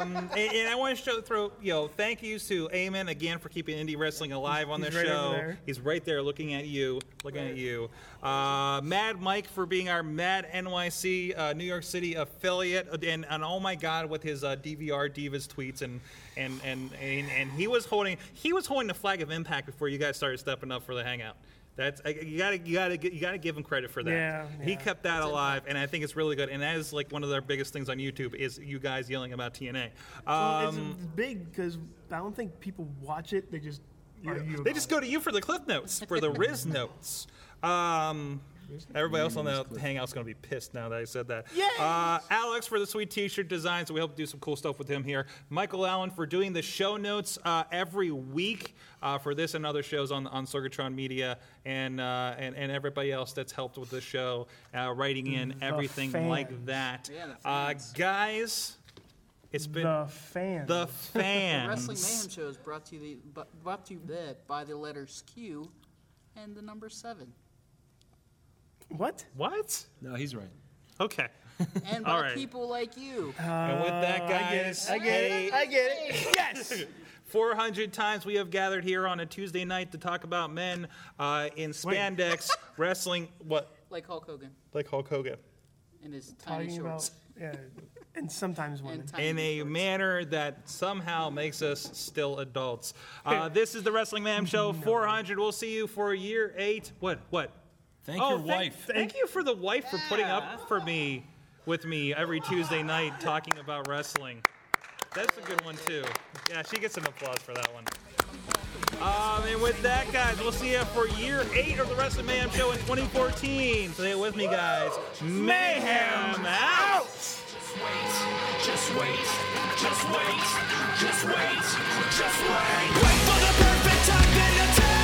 Um, and, and I want to show throw you know thank yous to Eamon again for keeping indie wrestling alive on
He's
this
right over
show.
there.
He's right there looking at you, looking at you. Uh, Mad Mike for being our Mad NYC uh, New York City affiliate, and, and oh my God, with his uh, DVR divas tweets and and, and and and he was holding he was holding the flag of impact before you guys started stepping up for the hangout. That's I- you gotta you gotta gi- you gotta give him credit for that.
Yeah,
He
yeah.
kept that alive, and I think it's really good. And that is like one of their biggest things on YouTube is you guys yelling about TNA.
Well, it's-
Um,
it's big because I don't think people watch it. They just are you
they just go to you for the clip notes, for the Riz notes. Um, everybody else on the hangout's gonna be pissed now that I said that. Uh, Alex for the sweet T-shirt designs. We hope to do some cool stuff with him here. Michael Allen for doing the show notes uh, every week uh, for this and other shows on on Sorgatron Media, and uh, and and everybody else that's helped with the show, uh, writing in everything like
fans.
that.
Yeah, the
uh,
fans.
guys, it's been
the fans.
The
The
fans.
Wrestling Mayhem Show is brought to you the, bu- brought to you the, by the letters Q and the number seven,
what?
What?
No, he's right.
Okay.
and
All
by
right.
people like you.
and with that, guys, hey,
get it. Yes.
400 times we have gathered here on a Tuesday night to talk about men uh, in spandex wrestling. What?
like Hulk Hogan
Like Hulk Hogan.
in his tiny
Talking about
shorts
yeah, and sometimes women.
and tiny
In a
shorts.
manner that somehow makes us still adults. Uh, this is the Wrestling Man Show 400. We'll see you for year eight. What? What?
Thank your
Oh, thank,
wife.
Thank you for the wife for putting up for me, with me every Tuesday night talking about wrestling. That's a good one too. Yeah, she gets an applause for that one. Um, and with that, guys, we'll see you for year eight of the Wrestling Mayhem Show in 2014. Stay with me, guys. Mayhem out.
Just wait, just wait, just wait, just wait, just wait. Wait for the perfect time then attack.